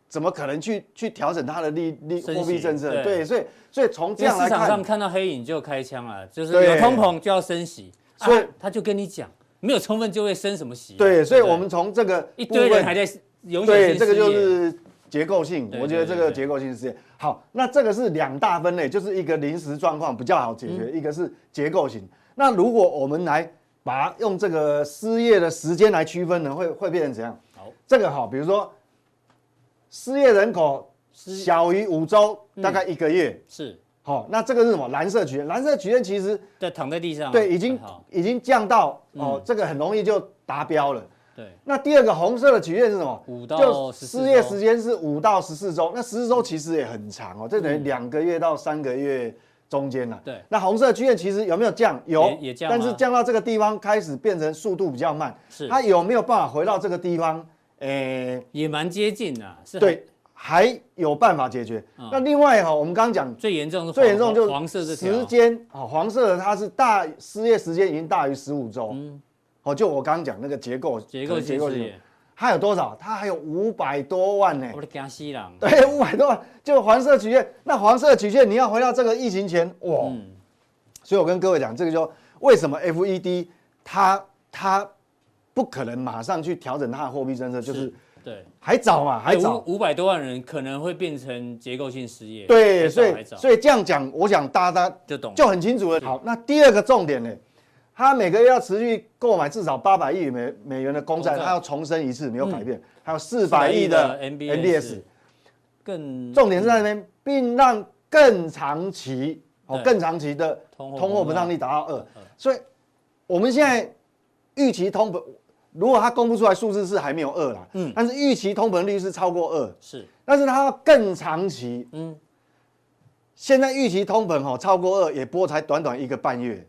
Speaker 4: 怎么可能去去调整它的利利
Speaker 1: 升息
Speaker 4: 货币政策？
Speaker 1: 对
Speaker 4: 对，所以所以从
Speaker 1: 哼，
Speaker 4: 这
Speaker 1: 因为
Speaker 4: 样
Speaker 1: 市
Speaker 4: 来
Speaker 1: 场上
Speaker 4: 看，
Speaker 1: 看到黑影就开枪了，就是
Speaker 4: 对
Speaker 1: 有通膨就要升息，啊
Speaker 4: 所以
Speaker 1: 他就跟你讲，没有充分就业升什么息啊，
Speaker 4: 对，所以
Speaker 1: 不
Speaker 4: 我们从这个
Speaker 1: 一
Speaker 4: 部
Speaker 1: 堆人
Speaker 4: 分
Speaker 1: 还在永久性失业
Speaker 4: 对，这个就是结构性
Speaker 1: 对，
Speaker 4: 我觉得
Speaker 1: 对
Speaker 4: 这
Speaker 1: 对
Speaker 4: 个
Speaker 1: 对
Speaker 4: 结构性事件。好，那这个是两大分类，就是一个临时状况比较好解
Speaker 1: 嗯
Speaker 4: 决，一个是结构型。那如果我们来把它用这个失业的时间来区分呢，会会变成怎样？
Speaker 1: 好，
Speaker 4: 这个好，比如说失业人口小于五周，
Speaker 1: 嗯
Speaker 4: 大概一个月。
Speaker 1: 是
Speaker 4: 好，那这个是什么？蓝色曲线，蓝色曲线其实
Speaker 1: 在躺在地上啊，
Speaker 4: 对已经
Speaker 1: 还好嗯
Speaker 4: 已经降到哦，这个很容易就达标了。
Speaker 1: 对
Speaker 4: 那第二个红色的曲线是什么？
Speaker 1: 5到
Speaker 4: 就
Speaker 1: 14
Speaker 4: 失业
Speaker 1: 周嗯
Speaker 4: 时间是五到十四周，那十四周其实也很长哦，这等于两个月到三个月中间了、啊
Speaker 1: 对
Speaker 4: 那红色的曲线其实有没有降？有
Speaker 1: 也，也降啊
Speaker 4: 但是降到这个地方开始变成速度比较慢，
Speaker 1: 是
Speaker 4: 它有没有办法回到这个地方？诶、
Speaker 1: 也蛮接近的，是很
Speaker 4: 对，还有办法解决。那另外哈、我们刚刚讲
Speaker 1: 最严重是
Speaker 4: 最严重
Speaker 1: 黄
Speaker 4: 就是
Speaker 1: 嗯黄色这条
Speaker 4: 时间啊，哦黄色的它是大失业时间已经大于十五周，哦，就我刚刚讲那个结构
Speaker 1: 嗯结构性
Speaker 4: 结
Speaker 1: 失
Speaker 4: 构
Speaker 1: 业，
Speaker 4: 它有多少？它还有五百多万呢、
Speaker 1: 我的江西人，
Speaker 4: 对， 五百多万，就黄色曲线。那黄色曲线，你要回到这个疫情前，哇！
Speaker 1: 嗯
Speaker 4: 所以我跟各位讲，这个就为什么 FED 它它不可能马上去调整它的货币政策，就是
Speaker 1: 对，
Speaker 4: 还早嘛，还早。
Speaker 1: 哎五五百多万人可能会变成结构性失业，还
Speaker 4: 对，
Speaker 1: 早
Speaker 4: 所以
Speaker 1: 还早嗯
Speaker 4: 所以这样讲，我想大家
Speaker 1: 就懂了
Speaker 4: 就很清楚了。好，那第二个重点呢，他每个月要持续购买至少八百亿美美元的公债，
Speaker 1: 公债嗯
Speaker 4: 他要重申一次，没有改变，还有四百亿
Speaker 1: 400
Speaker 4: 的
Speaker 1: 的 NBS
Speaker 4: NBS。
Speaker 1: 更
Speaker 4: 重点是在那边，并让更长期哦
Speaker 1: 对
Speaker 4: 更长期的
Speaker 1: 通货
Speaker 4: 通货
Speaker 1: 膨胀
Speaker 4: 膨
Speaker 1: 嗯
Speaker 4: 胀率达到二，所以我们现在预期通膨，如果它公布出来数字是还没有二啦，嗯，但是预期通膨率是超过二，
Speaker 1: 是
Speaker 4: 但是它更长期，
Speaker 1: 嗯
Speaker 4: 嗯，现在预期通膨哦超过二，也不过才短短一个半月，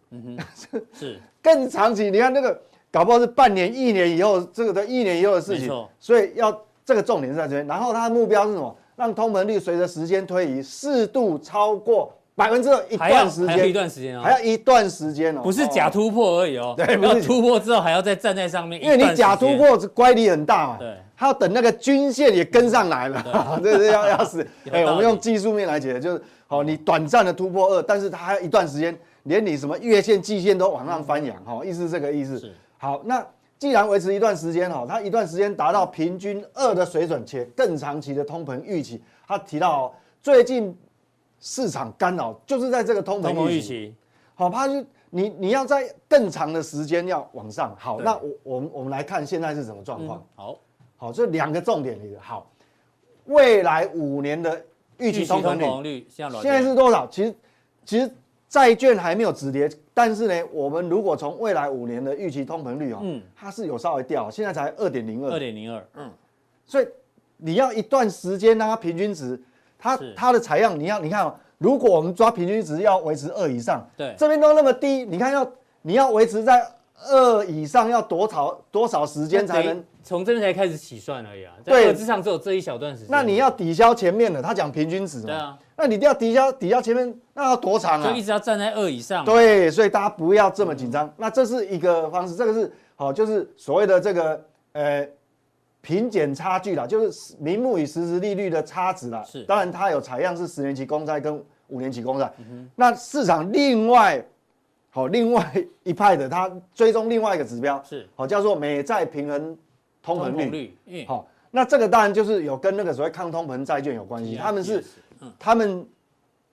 Speaker 1: 是
Speaker 4: 更长期，你看那个搞不好是半年、一年以后，这个都一年以后的事
Speaker 1: 没
Speaker 4: 情
Speaker 1: 错，
Speaker 4: 所以要这个重点是在这边。然后它的目标是什么？让通膨率随着时间推移适度超过百分之二一
Speaker 1: 还要
Speaker 4: 段时
Speaker 1: 还要一
Speaker 4: 间，
Speaker 1: 段时间哦，
Speaker 4: 还要一段时间哦，
Speaker 1: 不是假
Speaker 4: 哦，
Speaker 1: 突破而已哦，
Speaker 4: 对不
Speaker 1: 要
Speaker 4: 是
Speaker 1: 突破之后还要再站在上面，
Speaker 4: 因为
Speaker 1: 一段
Speaker 4: 你
Speaker 1: 时间
Speaker 4: 假突破乖离很大嘛，
Speaker 1: 对
Speaker 4: 还要等那个均线也跟上来了， 这是要要死。
Speaker 1: 有道
Speaker 4: 哎，
Speaker 1: 理
Speaker 4: 我们用技术面来解，就是好，你短暂的突破二，但是它还要一段时间，连你什么月线、季线都往上翻扬，哈，意思是这个意思
Speaker 1: 嗯是。
Speaker 4: 好，那既然维持一段时间，哈，它一段时间达到平均二的水准，且更长期的通膨预期，他提到哦最近市场干扰就是在这个通
Speaker 1: 通膨
Speaker 4: 膨
Speaker 1: 预
Speaker 4: 预期，
Speaker 1: 期，
Speaker 4: 好，怕就你你要在更长的时间要往上。好，
Speaker 1: 对
Speaker 4: 那我我们我们来看现在是什么状况。
Speaker 1: 嗯，好，
Speaker 4: 好，这两个重点里的好，未来五年的预期通膨率
Speaker 1: 率现在多少
Speaker 4: 现在是多少？其实其实债券还没有止跌，但是呢，我们如果从未来五年的预期通膨率哦，
Speaker 1: 嗯
Speaker 4: 它是有稍微掉，现在才二点零
Speaker 1: 二
Speaker 4: 二，
Speaker 1: 点零二，
Speaker 4: 嗯所以你要一段时间让它平均值，它
Speaker 1: 是
Speaker 4: 它的采样，你要你看、哦，如果我们抓平均值要维持二以上，
Speaker 1: 对
Speaker 4: 这边都那么低，你看要你要维持在二以上要多少多少时间才能？
Speaker 1: 从这边才开始起算而已啊，在
Speaker 4: 对
Speaker 1: 二之上只有这一小段时间，
Speaker 4: 那你要抵消前面的，他讲平均值嘛，
Speaker 1: 对啊，
Speaker 4: 那你一定要抵消抵消前面，那要多长
Speaker 1: 就
Speaker 4: 啊
Speaker 1: 一？直要站在二以上，，
Speaker 4: 对，所以大家不要这么紧张。那这是一个方式，这个是好、就是所谓的这个呃贫减差距啦，就是名目与实质利率的差值啦。
Speaker 1: 是
Speaker 4: 当然它有采样是十年期公债跟五年期公债。那市场另外好、另外一派的，它追踪另外一个指标
Speaker 1: 是
Speaker 4: 好、叫做美债平衡通膨率。
Speaker 1: 率，嗯，
Speaker 4: 好、那这个当然就是有跟那个所谓抗通膨债券有关系，他们是啊他们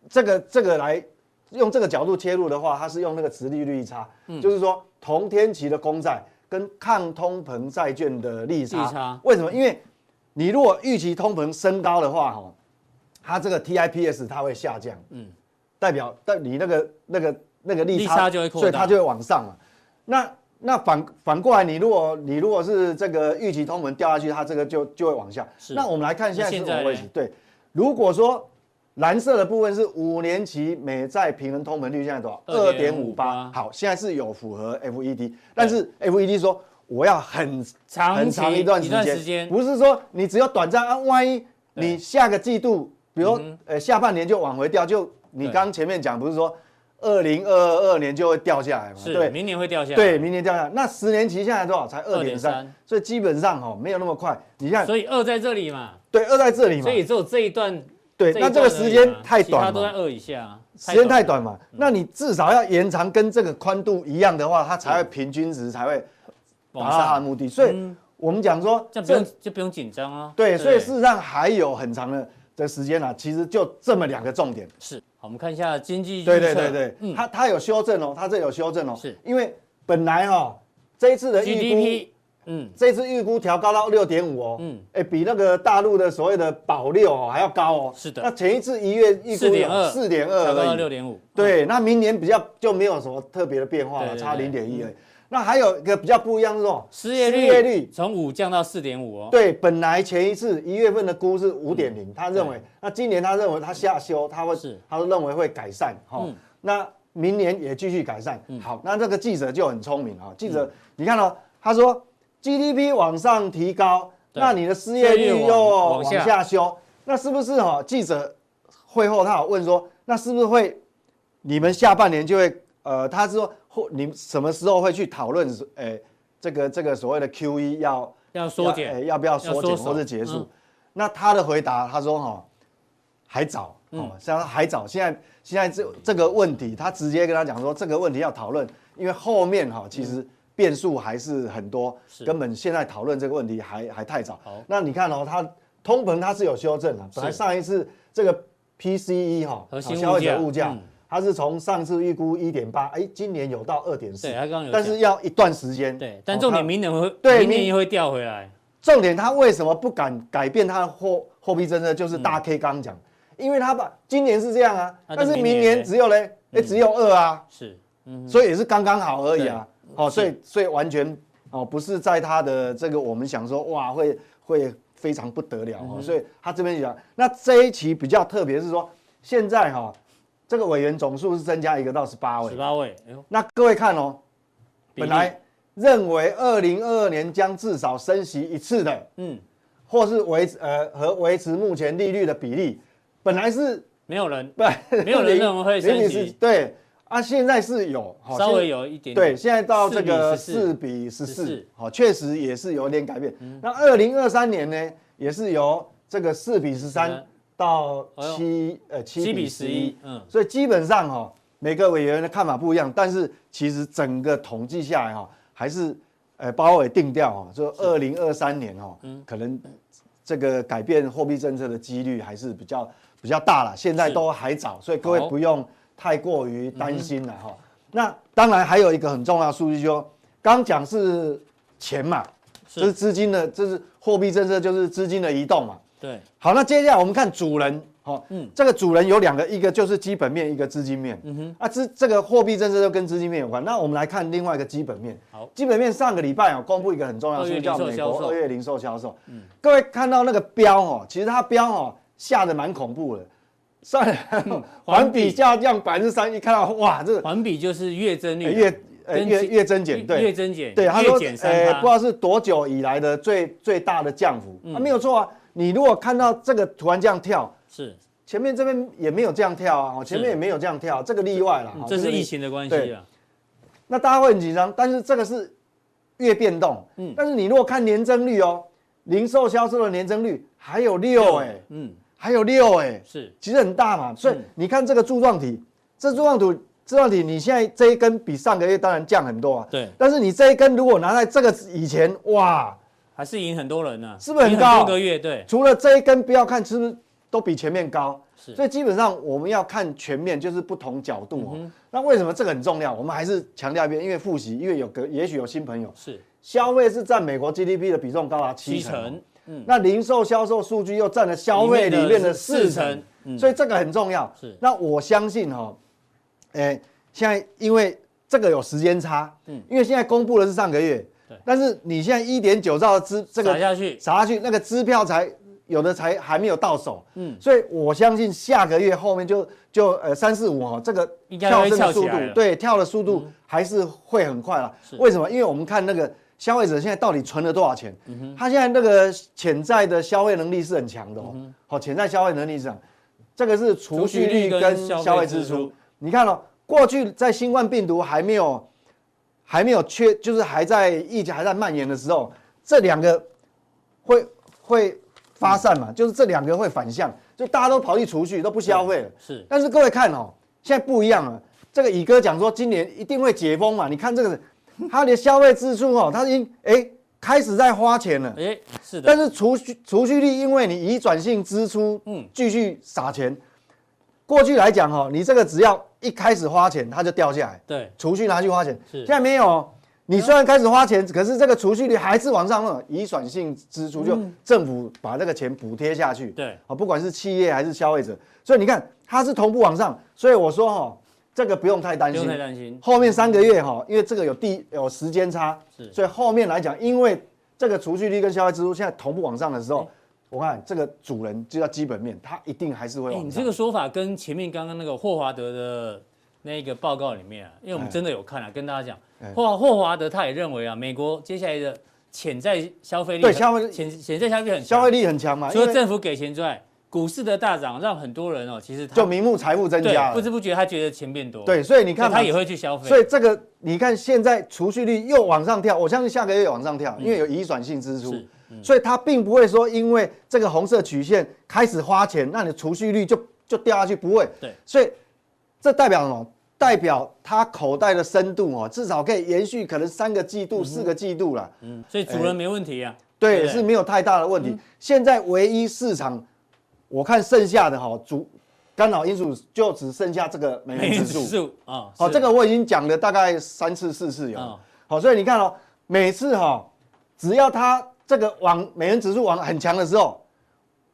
Speaker 4: 这个这个来用这个角度切入的话，它是用那个直利率差，
Speaker 1: 嗯
Speaker 4: 就是说同天期的公债跟抗通膨债券的利差。
Speaker 1: 利差
Speaker 4: 为什么？因为你如果预期通膨升高的话，
Speaker 1: 哦
Speaker 4: 哈，它这个 TIPS 它会下降，嗯，代表但你那个那个那个利
Speaker 1: 利
Speaker 4: 差
Speaker 1: 差就会扩大
Speaker 4: 所以它就会往上嘛。那那反反过来，你如果你如果是这个预期通膨掉下去，它这个就就会往下。
Speaker 1: 是
Speaker 4: 那我们来看现
Speaker 1: 那
Speaker 4: 在是
Speaker 1: 现
Speaker 4: 什
Speaker 1: 在
Speaker 4: 么位
Speaker 1: 呢
Speaker 4: 置？对，如果说蓝色的部分是五年期美债平衡通膨率现在多少？二点五
Speaker 1: 2.58
Speaker 4: 八。好，现在是有符合 FED，但是 FED 说我要很
Speaker 1: 长
Speaker 4: 很
Speaker 1: 期
Speaker 4: 长一段
Speaker 1: 一
Speaker 4: 时
Speaker 1: 段
Speaker 4: 间，
Speaker 1: 时间
Speaker 4: 不是说你只有短暂啊，万一
Speaker 1: 对
Speaker 4: 你下个季度，比如、呃下半年就往回掉，就你
Speaker 1: 嗯对
Speaker 4: 刚前面讲不是说二零二二年就会掉下来嘛？
Speaker 1: 是，
Speaker 4: 对，
Speaker 1: 明年会掉下来，
Speaker 4: 对，，明年掉下来，那十年期下来多少？才二点
Speaker 1: 2.3
Speaker 4: 三，所以基本上哦没有那么快。你看，
Speaker 1: 所以二在这里嘛，
Speaker 4: 对，二在这里嘛，
Speaker 1: 所以只有这一段，
Speaker 4: 对，那
Speaker 1: 一
Speaker 4: 这
Speaker 1: 段而
Speaker 4: 个
Speaker 1: 已
Speaker 4: 时间
Speaker 1: 嘛
Speaker 4: 太
Speaker 1: 其
Speaker 4: 短
Speaker 1: 他都在
Speaker 4: 嘛，
Speaker 1: 二以下啊，
Speaker 4: 时间太短
Speaker 1: 了，
Speaker 4: 嘛，那你至少要延长跟这个宽度一样的话，它才会平均值才会达
Speaker 1: 往
Speaker 4: 到它的
Speaker 1: 上，
Speaker 4: 目的。啊所以
Speaker 1: 嗯
Speaker 4: 我们讲说，
Speaker 1: 这样不用就不用紧张啊，
Speaker 4: 对，
Speaker 1: 不
Speaker 4: 所以事实上还有很长的的时间啦。其实就这么两个重点。
Speaker 1: 是，好，我们看一下经济预测，嗯
Speaker 4: 对对对对，它它有修正哦，它这有修正哦，
Speaker 1: 是
Speaker 4: 因为本来哈这一次的预估
Speaker 1: GDP，嗯，
Speaker 4: 这次预估调高到六点五哦，
Speaker 1: 嗯
Speaker 4: 嗯，哎，比那个大陆的所谓的保六哦还要高哦。
Speaker 1: 是的
Speaker 4: 那前一次一月预估
Speaker 1: 4.2
Speaker 4: 四点
Speaker 1: 调高到
Speaker 4: 二
Speaker 1: 六
Speaker 4: 而已，
Speaker 1: 点五，嗯
Speaker 4: 对，那明年比较就没有什么特别的变化
Speaker 1: 对
Speaker 4: 了，
Speaker 1: 对
Speaker 4: 差
Speaker 1: 对
Speaker 4: 零点一而已。那还有一个比较不一样是什么？
Speaker 1: 失业率
Speaker 4: 失业率
Speaker 1: 从五降到四点五哦，嗯
Speaker 4: 对，本来前一次一月份的估是五点零，他认为，那今年他认为他下修，他会
Speaker 1: 是，
Speaker 4: 他认为会改善，哈、
Speaker 1: 嗯
Speaker 4: 那明年也继续改善。好，那这个记者就很聪明啊、
Speaker 1: 嗯
Speaker 4: 记者、你看哦，他说 GDP 往上提高，
Speaker 1: 对
Speaker 4: 那你的失业
Speaker 1: 失业率
Speaker 4: 率
Speaker 1: 往
Speaker 4: 又
Speaker 1: 往
Speaker 4: 往
Speaker 1: 下
Speaker 4: 下修，那是不是哈、记者会后他有问说，那是不是会你们下半年就会，呃，他是说或你们什么时候会去讨论，诶、这个这个所谓的 QE 要。
Speaker 1: 要缩
Speaker 4: 要哎
Speaker 1: 减，
Speaker 4: 要不要
Speaker 1: 要
Speaker 4: 缩
Speaker 1: 缩
Speaker 4: 减
Speaker 1: 手
Speaker 4: 或是结束？
Speaker 1: 嗯
Speaker 4: 那他的回答，他说哈、哦还早，
Speaker 1: 嗯
Speaker 4: 哦，像他还早，现在现在这这个问题，他直接跟他讲说这个问题要讨论，因为后面
Speaker 1: 嗯
Speaker 4: 哈、其实变数还是很多，根本现在讨论这个问题还还太早
Speaker 1: 好。
Speaker 4: 那你看哦，它通膨它是有修正啊的，本来上一次这个 PCE 哈、
Speaker 1: 核
Speaker 4: 哦，
Speaker 1: 心物价
Speaker 4: 消费者物价。
Speaker 1: 嗯
Speaker 4: 它是从上次预估一点八，哎，今年有到二点四，
Speaker 1: 对它刚刚有
Speaker 4: 但
Speaker 1: 讲
Speaker 4: 是要一段时间。
Speaker 1: 对，但
Speaker 4: 哦
Speaker 1: 重
Speaker 4: 它
Speaker 1: 点明年会，
Speaker 4: 对
Speaker 1: 明年
Speaker 4: 明
Speaker 1: 又会掉回来，
Speaker 4: 重点他为什么不敢改变他的货货币政策？就是大 K 刚刚讲，因为他把今年是这样啊，
Speaker 1: 嗯那就
Speaker 4: 但是
Speaker 1: 明
Speaker 4: 明
Speaker 1: 年嗯
Speaker 4: 年只有嘞，哎，只有二啊，
Speaker 1: 是，
Speaker 4: 所以也是刚刚好而已啊。哦，
Speaker 1: 是
Speaker 4: 所以所以完全哦，不是在他的这个我们想说哇会会非常不得
Speaker 1: 嗯
Speaker 4: 了哦，所以他这边讲，那这一期比较特别是说现在哈、这个委员总数是增加一个到十八位
Speaker 1: 十，八位，哎呦，
Speaker 4: 那各位看哦，
Speaker 1: 比例
Speaker 4: 本来认为二零二二年将至少升息一次的，
Speaker 1: 嗯，
Speaker 4: 或是维持呃和维持目前利率的比例，本来是
Speaker 1: 没有人，
Speaker 4: 不
Speaker 1: 没有人认为会升息
Speaker 4: 零零是对啊，现在是有好
Speaker 1: 稍微
Speaker 4: 有
Speaker 1: 有一点
Speaker 4: 对，现在到这个
Speaker 1: 4
Speaker 4: 四
Speaker 1: 比
Speaker 4: 比十
Speaker 1: 14
Speaker 4: 四，好，确实也是有点改变。
Speaker 1: 嗯
Speaker 4: 那二零二三年呢，也是由这个四比十
Speaker 1: 嗯
Speaker 4: 三到
Speaker 1: 哎呦
Speaker 4: 七呃七
Speaker 1: 七
Speaker 4: 比
Speaker 1: 比
Speaker 4: 十
Speaker 1: 十
Speaker 4: 一
Speaker 1: 一，，嗯，
Speaker 4: 所以基本上哈、哦，每个委员的看法不一样，但是其实整个统计下来哈、哦，还是呃包委定调哈、哦，就二零二三年哈、哦，
Speaker 1: 嗯
Speaker 4: 可能这个改变货币政策的几率还是比较比较大了，现在
Speaker 1: 是
Speaker 4: 都还早，所以各位
Speaker 1: 好
Speaker 4: 不用太过于担心了哈、那当然还有一个很重要的数据就刚讲是钱嘛，
Speaker 1: 是
Speaker 4: 这是资金的，这是货币政策就是资金的移动嘛。
Speaker 1: 对，
Speaker 4: 好，那接下来我们看主人，好、
Speaker 1: 嗯
Speaker 4: 这个主人有两个，一个就是基本面，一个资金面，嗯哼，啊，资这个货币政策就跟资金面有关。那我们来看另外一个基本面，
Speaker 1: 好
Speaker 4: 基本面上个礼拜哦公布一个很重要的
Speaker 1: 二
Speaker 4: 数
Speaker 1: 月
Speaker 4: 据，叫
Speaker 1: 零售
Speaker 4: 美
Speaker 1: 销售嗯
Speaker 4: 国二月零售销售，各位看到那个标哦，其实它标哦下的蛮恐怖的，算了， 环比下降百分之三，一看到哇，这个
Speaker 1: 嗯环比就是月增率啊，
Speaker 4: 月呃
Speaker 1: 增
Speaker 4: 月
Speaker 1: 减
Speaker 4: 月增减，对，
Speaker 1: 月增减，
Speaker 4: 对，他
Speaker 1: 月
Speaker 4: 说，
Speaker 1: 减
Speaker 4: 呃
Speaker 1: 三
Speaker 4: 不知
Speaker 1: 趴，嗯
Speaker 4: 道是多久以来的最最大的降幅，啊，没有错啊。你如果看到这个突然这样跳，
Speaker 1: 是，
Speaker 4: 前面这边也没有这样跳啊，哦，前面也没有这样跳，这个例外了
Speaker 1: 嗯。
Speaker 4: 哦
Speaker 1: 这
Speaker 4: 个
Speaker 1: 是
Speaker 4: 例
Speaker 1: 疫情的关系啊，
Speaker 4: 那大家会很紧张，但是这个是月变动，
Speaker 1: 嗯
Speaker 4: 但是你如果看年增率哦，零售销售的年增率还有六哎、
Speaker 1: 嗯，
Speaker 4: 还有六哎、
Speaker 1: 是，
Speaker 4: 其实很大嘛。所以
Speaker 1: 嗯
Speaker 4: 你看这个柱状体，这柱状图柱状体，你现在这一根比上个月当然降很多啊，
Speaker 1: 对，
Speaker 4: 但是你这一根如果拿在这个以前，哇，
Speaker 1: 还是赢很多人呢，
Speaker 4: 是不是很
Speaker 1: 赢
Speaker 4: 高
Speaker 1: 多个月，对，
Speaker 4: 除了这一根不要看，是不是都比前面高？
Speaker 1: 是
Speaker 4: 所以基本上我们要看全面，就是不同角度哦。那为什么这个很重要？我们还是强调一遍，因为复习，因为有个也许有新朋友，
Speaker 1: 是
Speaker 4: 消费是占美国 GDP 的比重高达七
Speaker 1: 七
Speaker 4: 成哦。
Speaker 1: 成，嗯，
Speaker 4: 那零售销售数据又占了消费里面的四
Speaker 1: 里面
Speaker 4: 成
Speaker 1: 的四成，嗯
Speaker 4: 所以这个很重要。
Speaker 1: 是
Speaker 4: 那我相信哈、哦，诶、现在因为这个有时间差，
Speaker 1: 嗯
Speaker 4: 嗯，因为现在公布的是上个月，
Speaker 1: 对
Speaker 4: 但是你现在一点九兆的资这个
Speaker 1: 打下去，
Speaker 4: 砸下去，那个支票才有的才还没有到手，
Speaker 1: 嗯
Speaker 4: 嗯，所以我相信下个月后面就就呃三四五哦，这个
Speaker 1: 应该会
Speaker 4: 升的嗯
Speaker 1: 翘
Speaker 4: 速
Speaker 1: 起
Speaker 4: 度
Speaker 1: 来了，
Speaker 4: 对跳的速度还是会很快啦。为什么？因为我们看那个消费者现在到底存了多少钱，他现在那个潜在的消费能力是很强的哦，好，潜在消费能力是这样，这个是储蓄率跟消费支出，你看哦，过去在新冠病毒还没有还没有确，就是还在疫情还在蔓延的时候，这两个会会发散嘛，就是这两个会反向，就大家都跑去储蓄，都不消费了。
Speaker 1: 是
Speaker 4: 但是各位看哦，现在不一样了。这个乙哥讲说，今年一定会解封嘛？你看这个，他的消费支出哦，他已经哎开始在花钱了。
Speaker 1: 哎，是的
Speaker 4: 但，是储蓄储蓄率，因为你移转性支出，
Speaker 1: 嗯
Speaker 4: 嗯，继续撒钱。过去来讲哦，你这个只要一开始花钱，它就掉下来，
Speaker 1: 对，
Speaker 4: 储蓄拿去花钱。
Speaker 1: 是
Speaker 4: 现在没有哦，你虽然开始花钱，可是这个储蓄率还是往上了。移转性支出
Speaker 1: 嗯
Speaker 4: 就政府把这个钱补贴下去，
Speaker 1: 对
Speaker 4: 啊，不管是企业还是消费者，所以你看它是同步往上。所以我说哈，这个不用太担
Speaker 1: 不用
Speaker 4: 心
Speaker 1: 太。担心，
Speaker 4: 后面三个月哈，因为这个有地有时间差
Speaker 1: 是，
Speaker 4: 所以后面来讲，因为这个储蓄率跟消费支出现在同步往上的时
Speaker 1: 哎
Speaker 4: 候，我看这个主人就叫基本面，它一定还是会
Speaker 1: 哎、
Speaker 4: 往上。
Speaker 1: 你这个说法跟前面刚刚那个霍华德的那个报告里面啊，因为我
Speaker 4: 哎
Speaker 1: 们真的有看啊，跟大家讲，霍霍华德他也认为啊，美国接下来的潜在消费力
Speaker 4: 对
Speaker 1: 很
Speaker 4: 消费
Speaker 1: 潜潜在消费很
Speaker 4: 消费
Speaker 1: 力，
Speaker 4: 力很强嘛，
Speaker 1: 除
Speaker 4: 因
Speaker 1: 了
Speaker 4: 为
Speaker 1: 政府给钱之外，股市的大涨让很多人哦，其实他
Speaker 4: 就名目财富增加
Speaker 1: 对不
Speaker 4: 了
Speaker 1: 知。不觉他觉得钱变多，
Speaker 4: 对，所以你
Speaker 1: 所以
Speaker 4: 看嘛
Speaker 1: 他也会去消费，
Speaker 4: 所以这个你看，现在储蓄率又往上跳，我相信下个月往上跳，因为有移转性支出
Speaker 1: 嗯是，嗯
Speaker 4: 所以它并不会说因为这个红色曲线开始花钱，那你储蓄率就就掉下去，不会。
Speaker 1: 对
Speaker 4: 所以这代表什么？代表它口袋的深度哦，至少可以延续可能三个季度、四个季度了。
Speaker 1: 嗯所以主人没问题啊，
Speaker 4: 哎对，
Speaker 1: 对
Speaker 4: 是没有太大的问题。现在唯一市场，我看剩下的哈、主干扰因素就只剩下这个美
Speaker 1: 美
Speaker 4: 元
Speaker 1: 元
Speaker 4: 指数
Speaker 1: 指。数啊，
Speaker 4: 好、
Speaker 1: 是
Speaker 4: 这个啊我已经讲了大概三次四次有了。
Speaker 1: 嗯
Speaker 4: 哦好、所以你看哦，每次哈、只要它这个往美元指数往很强的时候，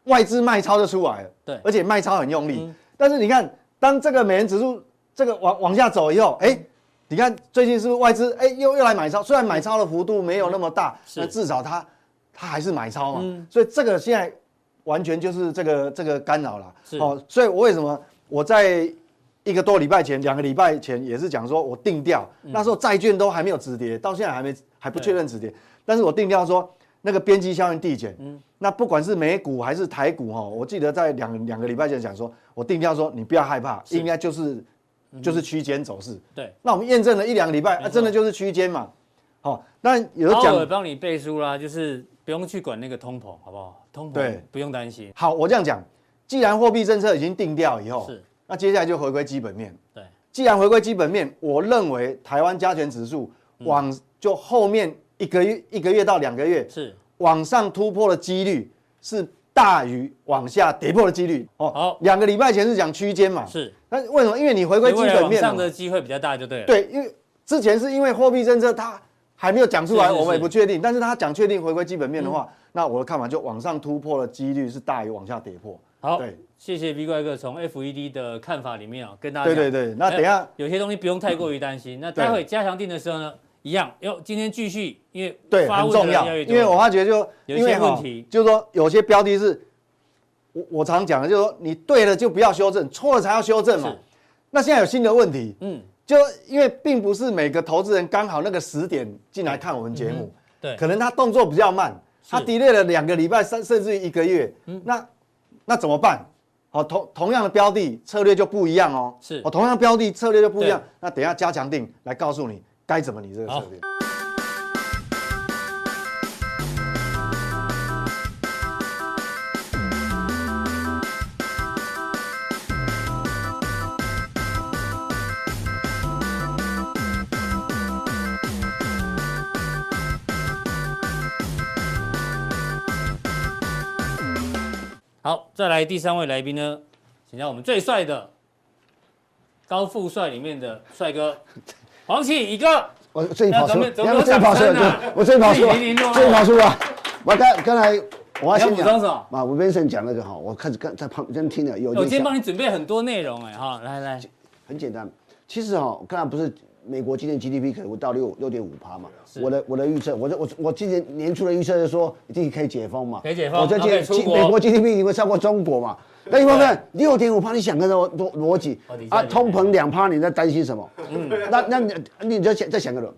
Speaker 4: 外资卖超就出来了，
Speaker 1: 对嗯
Speaker 4: 而且卖超很用力。但是你看，当这个美元指数这个往往下走以
Speaker 1: 嗯
Speaker 4: 后，哎、你看最近是不是外资哎、又又来买超？虽然买超的幅度没有那么大，
Speaker 1: 嗯是
Speaker 4: 那至少它它还是买超嘛。
Speaker 1: 嗯
Speaker 4: 所以这个现在完全就是这个这个干扰了
Speaker 1: 是。
Speaker 4: 哦，所以我为什么我在一个多礼拜前、两个礼拜前也是讲说我定调，
Speaker 1: 嗯
Speaker 4: 那时候债券都还没有止跌，到现在还没还不确认止跌，但是我定调说那个边际效应递减。
Speaker 1: 嗯
Speaker 4: 那不管是美股还是台股哈、哦，我记得在两两个礼拜前讲说，我定调说你不要害怕，应该就是就是区间走势。
Speaker 1: 嗯对，
Speaker 4: 那我们验证了一两个礼拜，啊，真的就是区间嘛。好、那有的
Speaker 1: 鲍
Speaker 4: 讲
Speaker 1: 尔帮你背书啦，就是不用去管那个通膨，好不好？通膨
Speaker 4: 对
Speaker 1: 不用担心，
Speaker 4: 好，我这样讲，既然货币政策已经定调以后，
Speaker 1: 是
Speaker 4: 那接下来就回归基本面。
Speaker 1: 对，
Speaker 4: 既然回归基本面，我认为台湾加权指数
Speaker 1: 嗯
Speaker 4: 往、就后面一个月一个月到两个月
Speaker 1: 是
Speaker 4: 往上突破的几率是大于往下跌破的几率。哦，
Speaker 1: 好
Speaker 4: 两个礼拜前是讲区间嘛，
Speaker 1: 是，
Speaker 4: 那为什么？因为你回
Speaker 1: 所
Speaker 4: 归
Speaker 1: 以
Speaker 4: 啊基
Speaker 1: 未来
Speaker 4: 本
Speaker 1: 往
Speaker 4: 面了
Speaker 1: 上
Speaker 4: 嘛
Speaker 1: 的机会比较大，就对了。，
Speaker 4: 对，因为之前是因为货币政策它还没有讲出来，
Speaker 1: 是嗯是是
Speaker 4: 我们也不确定。但是它讲确定回归基本面的话，那我的看法就往上突破的几率是大于往下跌破。
Speaker 1: 好
Speaker 4: 对，
Speaker 1: 谢谢 V 怪哥从 FED 的看法里面啊，跟大家
Speaker 4: 对
Speaker 1: 讲
Speaker 4: 对对，那等一下
Speaker 1: 有些东西不用太过于担心。那待会加强定的时候呢，一样，要今天继续，因为
Speaker 4: 对
Speaker 1: 发
Speaker 4: 很
Speaker 1: 问的
Speaker 4: 重
Speaker 1: 人
Speaker 4: 要，
Speaker 1: 越
Speaker 4: 因
Speaker 1: 多
Speaker 4: 为我发觉就
Speaker 1: 有一些
Speaker 4: 因为哈
Speaker 1: 问题
Speaker 4: 就是说有些标的是，我我常讲的，就是说你对了就不要修正，错了才要修正嘛
Speaker 1: 是。
Speaker 4: 那现在有新的问题，
Speaker 1: 嗯，
Speaker 4: 就因为并不是每个投资人刚好那个时点进来看我们节目，
Speaker 1: 嗯对，
Speaker 4: 可能他动作比较慢，
Speaker 1: 是嗯
Speaker 4: 他 delay 了两个礼拜，甚甚至于一个月，那那怎么办？好、同同样的标的策略就不一样哦，
Speaker 1: 是
Speaker 4: 哦，同样的标的策略就不一样
Speaker 1: 对。
Speaker 4: 那等一下加强定来告诉你该怎么你这个策略。
Speaker 1: 好，再来第三位来宾呢，请到我们最帅的高富帅里面的帅哥黄启一个。
Speaker 3: 我自己跑出，
Speaker 1: 那
Speaker 3: 你
Speaker 1: 咱们咱们
Speaker 3: 看我自己跑出
Speaker 1: 有掌声啊
Speaker 3: 来，我自己跑出
Speaker 1: 自己零零落
Speaker 3: 来，
Speaker 1: 落
Speaker 3: 自己跑出来。啊我刚刚才我要先
Speaker 1: 啊你要补充什么
Speaker 3: 讲，啊，我 Vincent 讲那个哈，我开始看在旁边听了，有
Speaker 1: 我
Speaker 3: 点
Speaker 1: 今天
Speaker 3: 想
Speaker 1: 帮你准备很多内容哎哈，来来，
Speaker 3: 很简单。其实哈，我刚才不是美国今年 GDP 可能到六六点五趴嘛？我的我的预测，我的我我今年年初的预测是说一定可以解封嘛？
Speaker 1: 可以解封
Speaker 3: 我在
Speaker 1: 然后可以出
Speaker 3: 今
Speaker 1: 国嗯
Speaker 3: 美国 GDP 一定会超过中国嘛？那你看看六点五趴，你想个逻逻逻辑
Speaker 1: 哦你在
Speaker 3: 啊？
Speaker 1: 里面
Speaker 3: 通膨两趴，你在担心什么？嗯，那那你你再想再想个人，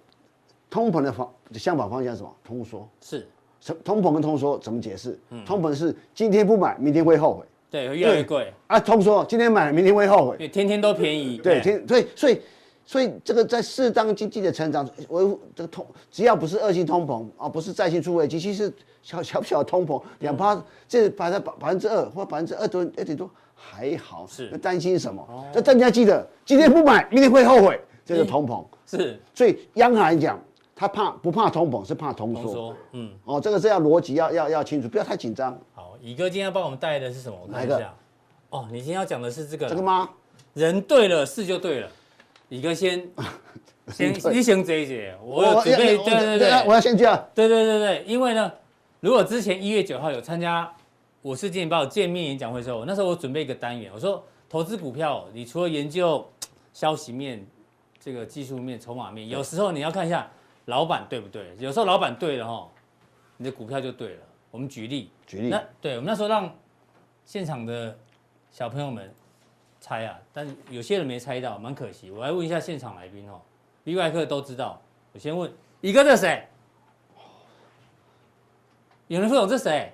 Speaker 3: 通膨的方相反方向是什么？通缩。
Speaker 1: 是
Speaker 3: 什通膨跟通缩怎么解释？
Speaker 1: 嗯
Speaker 3: 通膨是今天不买，明天会后悔
Speaker 1: 对，会越来越贵，
Speaker 3: 啊；通缩今天买，明天会后
Speaker 1: 因
Speaker 3: 悔。
Speaker 1: 为天天都便宜。哎
Speaker 3: 对，天所以所以所以这个在适当经济的成长，维护这个通，只要不是恶性通膨啊，不是再性出危机，其实小小小通膨两趴，
Speaker 1: 嗯
Speaker 3: 这百分百分之二或百分之二多二点多还好，
Speaker 1: 是哦
Speaker 3: 那担心什么？那大家记得，今天不买，明天会后悔，这是
Speaker 1: 嗯
Speaker 3: 通膨。
Speaker 1: 是
Speaker 3: 所以央行讲，他怕不怕通膨，是怕通
Speaker 1: 通
Speaker 3: 缩。
Speaker 1: 缩，嗯，
Speaker 3: 哦，这个是要逻辑要要要清楚，不要太紧张。
Speaker 1: 好，乙哥今天要帮我们带的是什么？我看一
Speaker 3: 哪一
Speaker 1: 下
Speaker 3: 个。
Speaker 1: 哦，你今天要讲的是这个啦，
Speaker 3: 这个吗？
Speaker 1: 人对了，事就对了。乙哥 先先
Speaker 3: 人对
Speaker 1: 你先这一节，我有准备，
Speaker 3: 我
Speaker 1: 对对对，
Speaker 3: 哦我要先这啊样。
Speaker 1: 对对对对，因为呢，如果之前一月九号有参加《我是金钱豹》见面演讲会的时候，那时候我准备一个单元，我说投资股票，你除了研究嘖消息面、这个技术面、筹码面，有时候你要看一下老板对不对，有时候老板对了哈，你的股票就对了。我们举例，
Speaker 3: 举例
Speaker 1: 那对我们那时候让现场的小朋友们猜啊，但有些人没猜到，蛮可惜。我来问一下现场来宾哦，B 外客都知道。我先问一个这谁？有人会懂这谁？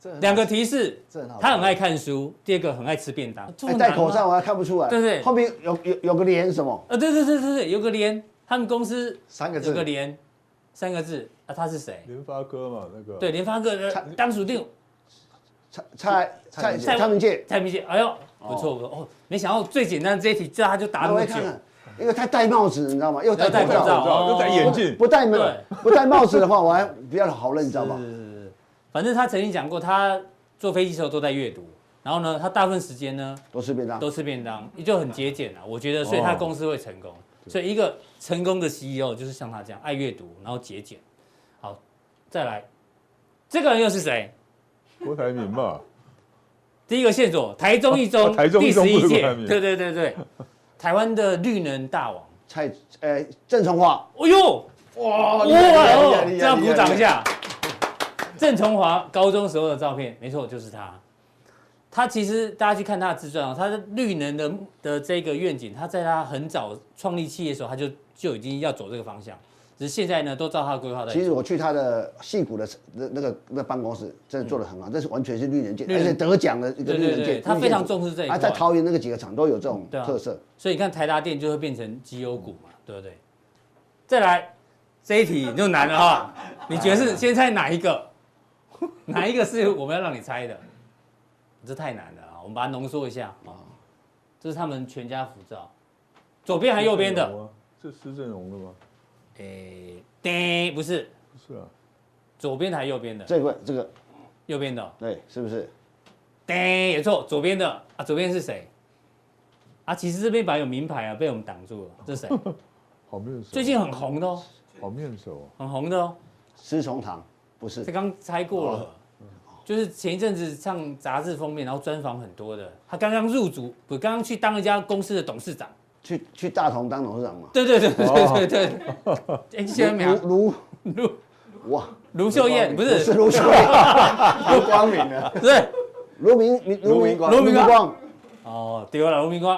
Speaker 4: 这
Speaker 1: 两个提示
Speaker 4: 这很好，
Speaker 1: 他很爱看书，第二个很爱吃便当。这么
Speaker 3: 哎，
Speaker 1: 难
Speaker 3: 戴
Speaker 1: 吗
Speaker 3: 口罩我还看不出来。
Speaker 1: 对对
Speaker 3: 后面有有有个连什么？
Speaker 1: 啊，对对对对对，有个连，他们公司
Speaker 4: 三个
Speaker 1: 有
Speaker 4: 字
Speaker 1: 个连，三个字啊，他是谁？
Speaker 2: 联发科嘛，那个
Speaker 1: 对，联发科的当属定
Speaker 3: 蔡蔡蔡
Speaker 1: 蔡
Speaker 3: 蔡蔡文介，
Speaker 1: 蔡明介，哎呦，不错不错哦，没想到最简单这一题，这他就答
Speaker 3: 来
Speaker 1: 那
Speaker 3: 我
Speaker 1: 么
Speaker 3: 也
Speaker 1: 久
Speaker 3: 看，看，因为他戴帽子，你知道吗？又戴
Speaker 1: 戴口
Speaker 3: 口罩，
Speaker 1: 罩，
Speaker 2: 又戴
Speaker 1: 哦
Speaker 2: 眼
Speaker 3: 不
Speaker 2: 镜
Speaker 3: 不戴帽
Speaker 1: 对
Speaker 3: 不戴帽子的话，我还比较好认，你知道吗？
Speaker 1: 是，反正他曾经讲过，他坐飞机的时候都在阅读，然后呢，他大部分时间呢
Speaker 3: 都是
Speaker 2: 啊
Speaker 3: 便当。
Speaker 1: 都吃便当，就很节俭
Speaker 2: 哦
Speaker 1: 啊。我觉得，所以他公司会成功。所以一个 E 成功的 CEO 就是像他这样爱阅读，然后节俭。好，再来，这个人又是谁？
Speaker 2: 郭台铭嘛，
Speaker 1: 第一个线索，台中一中，
Speaker 2: 哦台中一中
Speaker 1: 第
Speaker 2: 不
Speaker 1: 十
Speaker 2: 是
Speaker 1: 一
Speaker 2: 郭台
Speaker 1: 届，
Speaker 2: 铭
Speaker 1: 对对对对，台湾的绿能大王，
Speaker 3: 蔡呃郑崇华，
Speaker 1: 哎呦，
Speaker 4: 哇
Speaker 1: 哇哦，这样鼓掌一。下。郑崇华高中时候的照片，没错，就是他。他其实大家去看他的自传啊，他的绿能的的这个愿景，他在他很早创立企业的时候，他就就已经要走这个方向，只是现在呢，都照他的规划在走。
Speaker 3: 其实我去他的戏骨的那那个那办公室，真的做的很好，这是完全是绿人界，
Speaker 1: 嗯绿
Speaker 3: 而
Speaker 1: 人
Speaker 3: 且得奖的一个
Speaker 1: 对
Speaker 3: 绿
Speaker 1: 对
Speaker 3: 人界
Speaker 1: 对，，他
Speaker 3: 绿人
Speaker 1: 非常
Speaker 3: 界
Speaker 1: 重视这一块。
Speaker 3: 啊，在桃园那个几个厂都有这种
Speaker 1: 对啊
Speaker 3: 特色。
Speaker 1: 所以你看台达电就会变成绩优股嘛，对不对？再来这一题你就难了哈，你觉得是先猜哪一个？ 哪一个是我们要让你猜的？这太难了啊！我们把它浓缩一下啊。这是他们全家福照，左边还右边的？
Speaker 2: 啊这施正荣的吗？
Speaker 1: 诶，叮，不是，
Speaker 2: 不是啊，
Speaker 1: 左边的还右边的？
Speaker 3: 这个这个
Speaker 1: 右边的哦，
Speaker 3: 对，是不是？
Speaker 1: 叮，也错，左边的啊，左边是谁？啊，其实这边本来有名牌啊，被我们挡住了，这是谁？
Speaker 2: 好面熟。
Speaker 1: 最近很红的哦，
Speaker 2: 好面熟啊，
Speaker 1: 很红的哦。
Speaker 3: 石崇堂不是
Speaker 1: 这，刚猜过了，就是前一阵子上杂志封面，然后专访很多的。他刚刚入主，不，刚刚去当一家公司的董事长。
Speaker 3: 去去大同当董事长嘛？
Speaker 1: 对对对对对对。 哎，现在没有
Speaker 3: 卢
Speaker 1: 哦卢
Speaker 3: 卢哇，
Speaker 1: 卢秀燕不
Speaker 3: 不是
Speaker 1: 是
Speaker 3: 卢秀 燕，
Speaker 4: 不光明的，
Speaker 1: 不是
Speaker 3: 卢明明
Speaker 4: 卢明光
Speaker 3: 卢明光，
Speaker 1: 哦，丢了卢明光，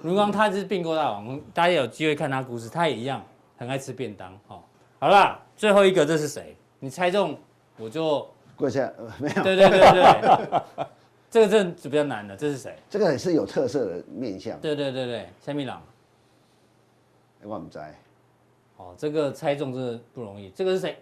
Speaker 1: 卢明光他是并购大王，大家有机会看他故事，他也一样很爱吃便当。哦，好啦，最后一个这是谁？你猜中我就
Speaker 3: 跪下呃没有，
Speaker 1: 对对对对，这个真的比较难了，这是谁？
Speaker 3: 这个也是有特色的面相。
Speaker 1: 对对对对，夏米朗。
Speaker 3: 我们在
Speaker 1: 哦，这个猜中真的不容易。这个是谁？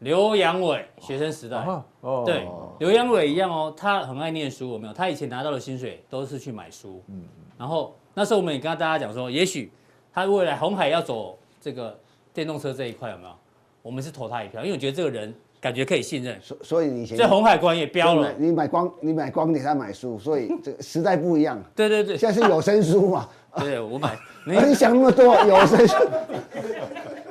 Speaker 1: 刘阳伟，学生时代。
Speaker 2: 啊哦
Speaker 1: 对，刘阳伟一样哦，他很爱念书，有没有？他以前拿到的薪水都是去买书。嗯。然后那时候我们也跟大家讲说，也许他未来红海要走这个电动车这一块，有没有？我们是投他一票，因为我觉得这个人感觉可以信任。
Speaker 3: 所所以你以前
Speaker 1: 所以红海果然也标
Speaker 3: 你
Speaker 1: 了
Speaker 3: 买。你买光你买光碟，他买书，所以这个时代不 一样。
Speaker 1: 对对对，
Speaker 3: 现在是有声书嘛？
Speaker 1: 对我 买。 你
Speaker 3: 你想那么多有 声书？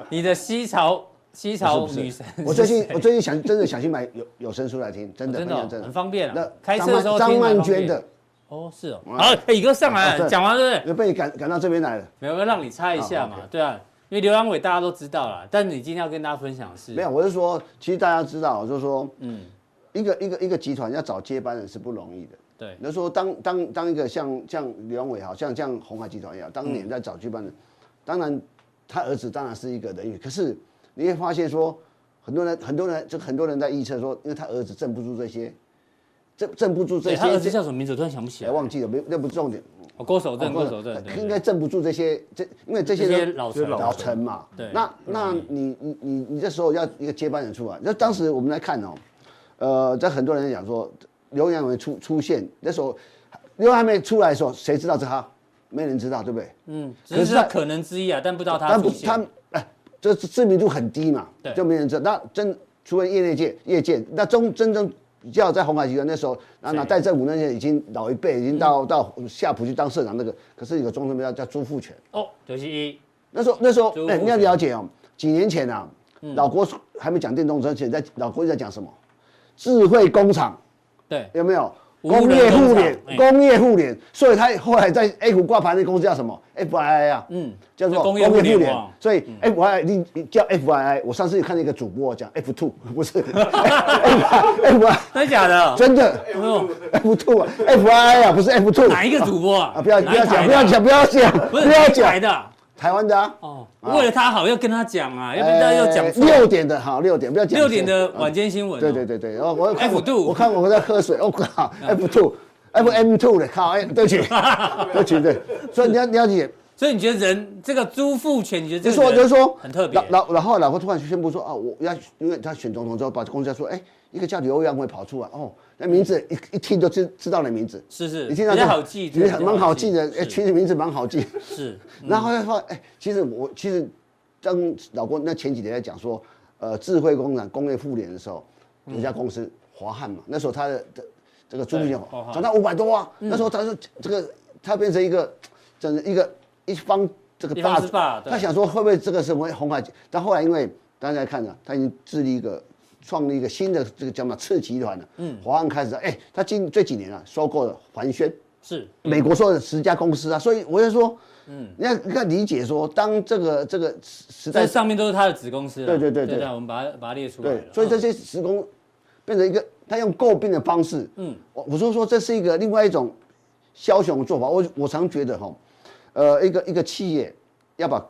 Speaker 1: 你的西潮西潮女神是谁，
Speaker 3: 我最近我最近想真的想去买有有声书来听，真 的
Speaker 1: 真
Speaker 3: 非
Speaker 1: 的哦
Speaker 3: 常真的
Speaker 1: 很方便
Speaker 3: 那
Speaker 1: 啊，开车的时候
Speaker 3: 张
Speaker 1: 听蛮
Speaker 3: 曼张曼
Speaker 1: 方
Speaker 3: 娟
Speaker 1: 便
Speaker 3: 的，
Speaker 1: 哦，是哦。
Speaker 3: 哇
Speaker 1: 好，哎宇哥上来
Speaker 3: 啊
Speaker 1: 了，讲完了对不对？
Speaker 3: 有被你赶赶到这边来了。
Speaker 1: 没有，要让你猜一下
Speaker 3: 好
Speaker 1: 嘛，对啊，因为刘阳伟大家都知道啦，但你今天要跟大家分享的是
Speaker 3: 没有，我是说，其实大家知道，就是说，嗯，一个一个一个集团要找接班人是不容易的。
Speaker 1: 对
Speaker 3: 那说当当当一个像像刘阳伟好像像红海集团一样，当
Speaker 1: 嗯
Speaker 3: 年在找接班人，当然他儿子当然是一个人选，可是你会发现说，很多人很多人就很多人在预测说，因为他儿子镇不住这些，镇镇不住这
Speaker 1: 对，
Speaker 3: 些，
Speaker 1: 哎他儿子叫什么名字？我突然想不起
Speaker 3: 哎
Speaker 1: 来。
Speaker 3: 忘记了，没那不是重点。
Speaker 1: 哦，郭守正，
Speaker 3: 哦
Speaker 1: 郭守正，对
Speaker 3: 应
Speaker 1: 对对
Speaker 3: 该镇不住这些这，因为这些
Speaker 1: 这些
Speaker 3: 人
Speaker 1: 哦老臣
Speaker 3: 老臣嘛。
Speaker 1: 对嗯
Speaker 3: 那
Speaker 1: 不
Speaker 3: 那
Speaker 1: 容易
Speaker 3: 你你你你这时候要一个接班人出来，那当时我们来看哦，呃，在很多人讲说刘洋伟出出现那时候，刘洋还没出来的时候，谁知道是他？没人知道，对不对？
Speaker 1: 嗯，
Speaker 3: 可是
Speaker 1: 只是他
Speaker 3: 他
Speaker 1: 可能之一啊，但不知道他
Speaker 3: 但
Speaker 1: 出
Speaker 3: 不
Speaker 1: 现。
Speaker 3: 他哎，这知名度很低嘛
Speaker 1: 对，
Speaker 3: 就没人知道。那真除了业内界业界，那中真正比较在红海集团那时候，那那
Speaker 1: 谁
Speaker 3: 戴振武那些已经老一辈，已
Speaker 1: 嗯
Speaker 3: 经到到夏普去当社长那个，可是有个中生标叫朱富全。
Speaker 1: 哦，九七一，
Speaker 3: 那时候那时候，
Speaker 1: 租
Speaker 3: 哎、
Speaker 1: 户
Speaker 3: 你要了解哦，几年前啊，
Speaker 1: 嗯
Speaker 3: 老郭还没讲电动车前，在老郭在讲什么？智慧工厂
Speaker 1: 对，
Speaker 3: 有没有？
Speaker 1: 无人
Speaker 3: 工业互联
Speaker 1: 工厂哎，
Speaker 3: 工业互联，所以他后来在 A 股挂牌那公司叫什么？FII 啊，
Speaker 1: 嗯，
Speaker 3: 叫做
Speaker 1: 工
Speaker 3: 工
Speaker 1: 业
Speaker 3: 业
Speaker 1: 互
Speaker 3: 互
Speaker 1: 联网嗯
Speaker 3: 联。所以 FII 你你叫 FII，我上次有看到一个主播讲 F two 不是 FII，
Speaker 1: 真的假的？
Speaker 3: 真的
Speaker 1: 有没有
Speaker 3: F two 啊，FII 啊不是 F two
Speaker 1: 哪一个主播啊？
Speaker 3: 啊，不要
Speaker 1: 哪
Speaker 3: 不
Speaker 1: 一
Speaker 3: 要
Speaker 1: 台
Speaker 3: 讲不
Speaker 1: 的啊
Speaker 3: 要，讲不要讲
Speaker 1: 不
Speaker 3: 不
Speaker 1: 是哪
Speaker 3: 要
Speaker 1: 一台
Speaker 3: 讲
Speaker 1: 的啊
Speaker 3: 台湾的啊。
Speaker 1: 哦。
Speaker 3: 啊
Speaker 1: 为了他好，要跟他讲啊，要不然大家要讲
Speaker 3: 哎
Speaker 1: 错
Speaker 3: 六点的好，六点不要讲
Speaker 1: 六点的
Speaker 3: 啊
Speaker 1: 晚间新闻。哦
Speaker 3: 对对。对对，然后我有看
Speaker 1: F
Speaker 3: 我
Speaker 1: two 啊
Speaker 3: 我看我在喝水，我靠，F two。F M two 的靠，哎， 对不起，对不起，对，所以你要你要理解，
Speaker 1: 所以你觉得人这个朱富全，你觉得
Speaker 3: 就
Speaker 1: 这
Speaker 3: 是
Speaker 1: 个
Speaker 3: 说
Speaker 1: 人
Speaker 3: 就是说，
Speaker 1: 很特别
Speaker 3: 然。然然后老婆突然宣布说啊，我要因为他选总统之后，把公司说，哎，一个叫刘洋会跑出来，哦，那名字一一听就知知道你名字，
Speaker 1: 是是，
Speaker 3: 你听到
Speaker 1: 比
Speaker 3: 就
Speaker 1: 较好记，
Speaker 3: 你很蛮好记的，哎，
Speaker 1: 是
Speaker 3: 取的名字蛮好记，
Speaker 1: 是
Speaker 3: 然后他说，哎、其实我其实当老郭那前几年在讲说，呃，智慧工厂工业互联的时候，
Speaker 1: 嗯
Speaker 3: 有一家公司华汉嘛，那时候他的这这个租金
Speaker 1: 对华汉嗯
Speaker 3: 涨到五百多啊，那时候他说这个他变成一个整一个一方这个
Speaker 1: 一方
Speaker 3: 大
Speaker 1: 之霸对
Speaker 3: 他想说会不会这个是会红海，但后来因为大家看了，他已经治理一个创立一个新的这个叫什么次集团了。嗯，华航开始，哎，他近这几年啊，收购了环轩，
Speaker 1: 是
Speaker 3: 美国说的十家公司啊，所以我就说，嗯，你要你要理解说，当这个这个时时代
Speaker 1: 这上面都是它的子公司啦。啊
Speaker 3: 对对对对
Speaker 1: 我们把它把它列出来
Speaker 3: 对
Speaker 1: 了，。哦
Speaker 3: 所以这些职工变成一个，他用诟病的方式，嗯，我我就说这是一个另外一种枭雄的做法。我我常觉得哈，呃，一个一个企业要把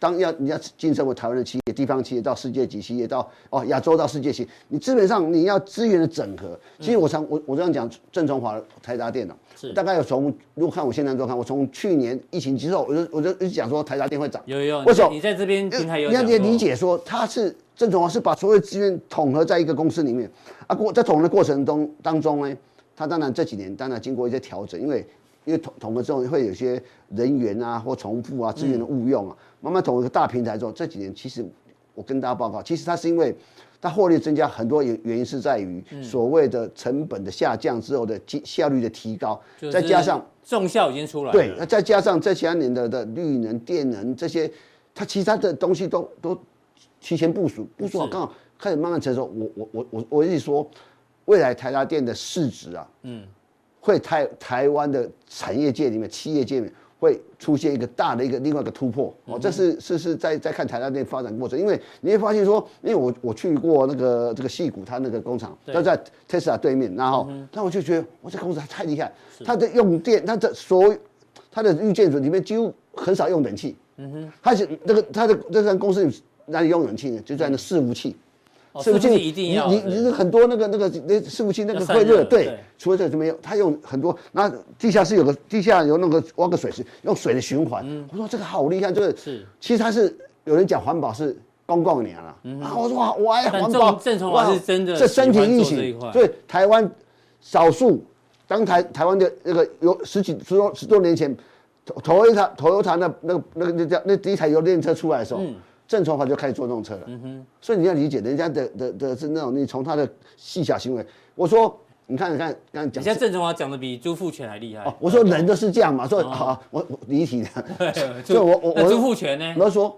Speaker 3: 当要你要晋升为台湾的企业、地方企业到世界级企业，到哦亚洲到世界级，你基本上你要资源的整合。其实我常我我这样讲，郑崇华台达电脑哦
Speaker 1: 是
Speaker 3: 大概有从如果看我现在做看，我从去年疫情之后，我就我就一直讲说台达电会涨，
Speaker 1: 有有，
Speaker 3: 为什么
Speaker 1: 你你在这边平台有
Speaker 3: 你要
Speaker 1: 讲过
Speaker 3: 理呃解说，他是郑总啊，是把所有资源统合在一个公司里面啊。过在统合的过程中当中呢，他当然这几年当然经过一些调整，因为因为统统合之后会有些人员啊或重复啊资源的误用
Speaker 1: 嗯
Speaker 3: 啊，慢慢统合一个大平台之后，这几年其实我跟大家报告，其实它是因为它获利增加很多原原因是在于
Speaker 1: 嗯
Speaker 3: 所谓的成本的下降之后的绩效率的提高，
Speaker 1: 就是
Speaker 3: 再加上
Speaker 1: 重效已经出来了，
Speaker 3: 对，那再加上这些年的的绿能、电能这些，它其他的东西都都提前部署，部署好
Speaker 1: 是
Speaker 3: 刚好开始慢慢成熟。我我我我我一直说，未来台达电的市值啊，嗯，会台台湾的产业界里面、企业界里面会出现一个大的一个另外一个突破。哦，这是是是在在看台达电发展过程，因为你会发现说，因为我我去过那个这个戏谷它那个工厂，
Speaker 1: 对嗯
Speaker 3: 就在 Tesla 对面，然后那我就觉得我这公司太厉害，它的用电，它的所有它的绿建筑里面几乎很少用冷气。嗯哼，它是那个它的这家公司里哪里用冷气呢？就在那伺服器。
Speaker 1: 哦是不是一定要
Speaker 3: 你
Speaker 1: 对
Speaker 3: 你你很多那个那个那伺服器那个
Speaker 1: 要
Speaker 3: 会
Speaker 1: 散
Speaker 3: 热，
Speaker 1: 热
Speaker 3: 对
Speaker 1: 对，
Speaker 3: 除了这个就没有，它用很多，那地下室有个地下有那个挖个水池，用水的循环。
Speaker 1: 嗯
Speaker 3: 我说这个好厉害，这个
Speaker 1: 是，
Speaker 3: 其实它是有人讲环保是。公共年了、啊！我说哇我爱
Speaker 1: 但
Speaker 3: 环保，
Speaker 1: 嗯郑郑崇
Speaker 3: 哇
Speaker 1: 华是真的
Speaker 3: 这身体力
Speaker 1: 喜欢做这一
Speaker 3: 行，
Speaker 1: 块
Speaker 3: 所以台湾少数，当台台湾的那个有十几十多十多年前，头头一台头油塔那那个那个那叫那第一台油电车出来的时
Speaker 1: 嗯
Speaker 3: 候，郑崇华就开始做这种车了。所以你要理解人家的的的是那种你从他的细小行为，我说你看你看刚才
Speaker 1: 你
Speaker 3: 讲
Speaker 1: 现在郑中华讲的比朱富全还厉害
Speaker 3: 哦，。我说人都是这样嘛，所以
Speaker 1: 哦
Speaker 3: 好、啊我我离题了，所以我我
Speaker 1: 那
Speaker 3: 我
Speaker 1: 朱富全呢？
Speaker 3: 我说，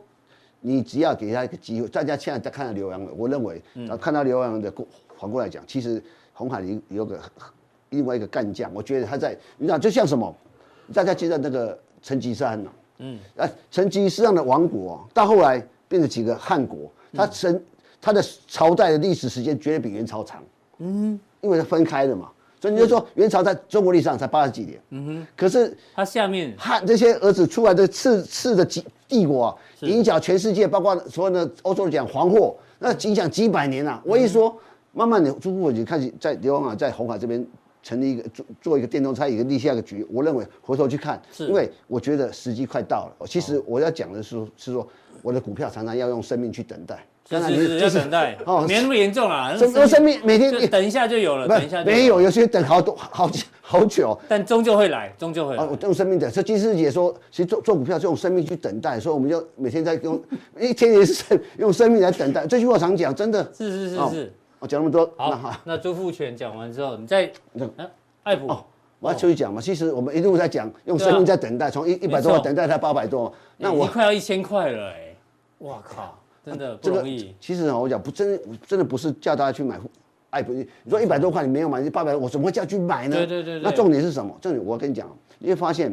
Speaker 3: 你只要给他一个机会，大家现在在看到刘洋伟，我认为，然后看到刘洋伟的过，反过来讲，其实红海有有个另外一个干将，我觉得他在，你知道就像什么，大家记得那个成吉思汗呐、嗯，啊，成吉思汗的王国、啊、到后来变成几个汗国，他成、他的朝代的历史时间绝对比元朝长，嗯，因为它分开的嘛。所以你就说元朝在中国历史上才八十几年，嗯哼，可是
Speaker 1: 他下面
Speaker 3: 汉这些儿子出来的次次的几帝国、啊，影响全世界，包括所有的欧洲讲黄祸，那影响几百年啊。
Speaker 1: 嗯
Speaker 3: 我一说，慢慢的中国就开始在刘洋啊，在红海这边成立一个做做一个电动车，一个立下一个局。我认为回头去看，
Speaker 1: 是哦
Speaker 3: 因为我觉得时机快到了。其实我要讲的是说，是说我的股票常常要用生命去等待。
Speaker 1: 是
Speaker 3: 当然
Speaker 1: 是
Speaker 3: 你
Speaker 1: 是
Speaker 3: 就
Speaker 1: 要
Speaker 3: 是
Speaker 1: 等待，
Speaker 3: 哦
Speaker 1: 没那么严重啦。
Speaker 3: 生
Speaker 1: 那
Speaker 3: 生命每天
Speaker 1: 就等一下就有了，
Speaker 3: 不
Speaker 1: 等一下就
Speaker 3: 没有，，有些等好多好好久。
Speaker 1: 但终究会来，终究会
Speaker 3: 啊，
Speaker 1: 来
Speaker 3: 我。用生命等，所以金师姐说，其实做做股票是用生命去等待，所以我们就每天在用，一天也是用生命来等待。这句话常讲，真的。
Speaker 1: 是是是
Speaker 3: 哦
Speaker 1: 是。
Speaker 3: 我讲那么多，那
Speaker 1: 好，那朱富全讲完之后，你再
Speaker 3: 那
Speaker 1: 呃艾普
Speaker 3: 哦，我要继续讲嘛。其实我们一路在讲用生命在等待，从一一百
Speaker 1: 啊没
Speaker 3: 多万
Speaker 1: 错
Speaker 3: 等待到八百多万。那
Speaker 1: 已
Speaker 3: 我
Speaker 1: 经快要一千块了哎，哇靠，真的不
Speaker 3: 这个
Speaker 1: 容易。
Speaker 3: 其实啊，我讲不真真的不是叫大家去买爱普，你说一百多块你没有买，你八百，我怎么会叫你去买呢？
Speaker 1: 对对对对
Speaker 3: 那重点是什么？重点我跟你讲，你会发现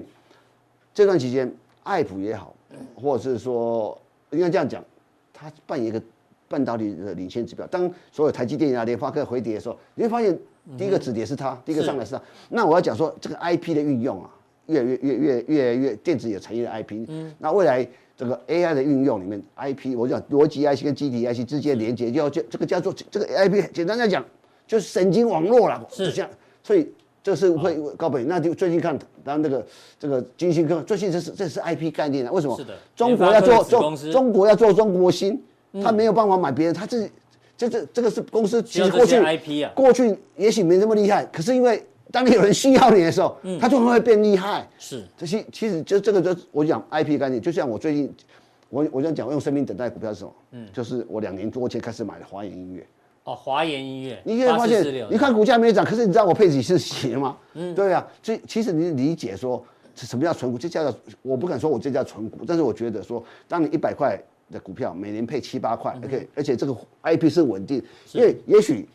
Speaker 3: 这段期间，爱普也好，或者是说应该这样讲，它扮演一个半导体的领先指标。当所有台积电啊、联发科回跌的时候，你会发现第一个止跌是它，第一个上来是它。那我要讲说这个 IP 的运用啊，越来越越越越来越电子有产业的 IP，嗯，那未来这个 AI 的运用里面，IP 我讲逻辑 IC 跟机体 IC 之间的连接，要这这个叫做这个 IP，简单来讲就是神经网络啦，
Speaker 1: 是哦
Speaker 3: 就这样，所以。这是会高倍，那就最近看，当然这个这个金星科，最近这是这是 IP 概念啊，为什么？
Speaker 1: 是的
Speaker 3: 中
Speaker 1: 联
Speaker 3: 国
Speaker 1: 发
Speaker 3: 要
Speaker 1: 科的
Speaker 3: 做
Speaker 1: 子
Speaker 3: 中
Speaker 1: 公司嗯
Speaker 3: 中国要做中国芯，他没有办法买别人，他自己这这这个是公司其实过
Speaker 1: 需
Speaker 3: 去
Speaker 1: 要这些 IP 啊
Speaker 3: 过去也许没那么厉害，可是因为当你有人需要你的时候，
Speaker 1: 嗯
Speaker 3: 他就会变厉害。
Speaker 1: 是
Speaker 3: 这些其实就这个就我讲 IP 概念，就像我最近我我这样讲，我用生命等待股票是什么？嗯，就是我两年多前开始买的华研音乐。
Speaker 1: 哦，华研音乐，
Speaker 3: 你会发现
Speaker 1: 8446，
Speaker 3: 你看股价没涨，可是你知道我配置是斜吗？
Speaker 1: 嗯
Speaker 3: 对啊，所以其实你理解说什么叫存股，这叫做我不敢说我这叫存股，但是我觉得说，当你一百块的股票，每年配七八
Speaker 1: 嗯
Speaker 3: 块，而且而且这个 IP 是稳定，因为也许。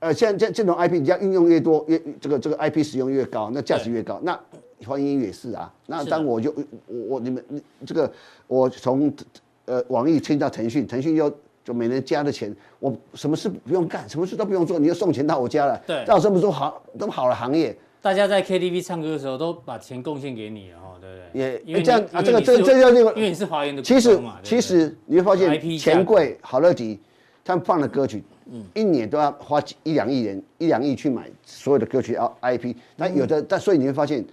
Speaker 3: 呃，像这这种 IP，你要运用越多，越这个这个 IP 使用越高，那价值越高。那欢迎也是啊。那
Speaker 1: 是的
Speaker 3: 当我就我我你们你这个我从呃网易迁到腾讯，腾讯又就每年加的钱，我什么事不用干，什么事都不用做，你就送钱到我家了。
Speaker 1: 对
Speaker 3: 照这么说好这么好的行业，
Speaker 1: 大家在 KTV 唱歌的时候都把钱贡献给你了哦，对不对？
Speaker 3: 也
Speaker 1: 因为你
Speaker 3: 这样啊
Speaker 1: 因为
Speaker 3: 这个
Speaker 1: 你是
Speaker 3: 这这就另外
Speaker 1: 因为你是华研的股
Speaker 3: 其实
Speaker 1: 东嘛，对不对
Speaker 3: 其实你会发
Speaker 1: IP 价格嗯
Speaker 3: 现，钱柜、好乐迪他们放的歌曲，一年都要花几一两亿元、一两亿去买所有的歌曲 I IP。那
Speaker 1: 嗯
Speaker 3: 有的，但所以你会发现，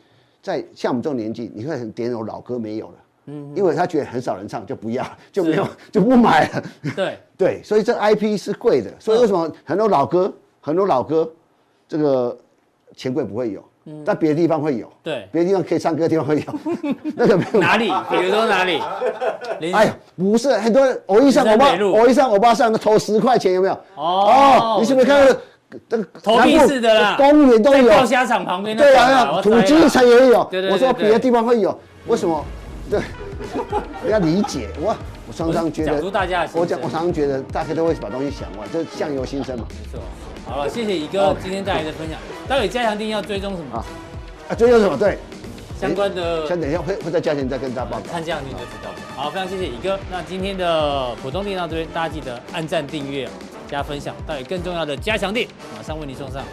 Speaker 3: 在像我们这种年纪，你会很点有老歌没有了，
Speaker 1: 嗯
Speaker 3: 因为他觉得很少人唱，就不要，就没有，就不买了。
Speaker 1: 对
Speaker 3: 对，所以这 IP 是贵
Speaker 1: 嗯
Speaker 3: 的，所以为什么很多老歌，很多老歌，这个钱柜不会有，但别的地方会有，
Speaker 1: 嗯对，
Speaker 3: 别的地方可以唱歌的地方 会有，那个没有。
Speaker 1: 哪里？比如说哪里？林
Speaker 3: 哎呀，不是很多人，偶一上
Speaker 1: 在
Speaker 3: 欧巴
Speaker 1: 北，路
Speaker 3: 偶一上欧巴上投十块钱有没有？
Speaker 1: 哦
Speaker 3: 你是不是看到这个
Speaker 1: 投币式的啦
Speaker 3: 公园都
Speaker 1: 在
Speaker 3: 有，
Speaker 1: 爆虾场旁边那
Speaker 3: 对
Speaker 1: 种啦
Speaker 3: 啊，
Speaker 1: 我
Speaker 3: 那
Speaker 1: 猜
Speaker 3: 土鸡
Speaker 1: 啦
Speaker 3: 城也有
Speaker 1: 对对。对
Speaker 3: 我说
Speaker 1: 对
Speaker 3: 别的地方会有，为什么？对， 你要理解我。我常常觉
Speaker 1: 讲
Speaker 3: 得
Speaker 1: 出，大家的心声
Speaker 3: 我讲，我常常觉得大家都会把东西想完，这相由心生嘛。
Speaker 1: 没错。好了，谢谢一哥今天带来的分享。到底加强定要追踪什么
Speaker 3: 啊啊，这就是什么？对，
Speaker 1: 哎相关的？
Speaker 3: 先等一下会会在价钱再跟大家报告。
Speaker 1: 看这样你就知道了。好，非常谢谢乙哥。那今天的普通店到这边，大家记得按赞、订阅、加分享。到底更重要的加强店，马上为您送上。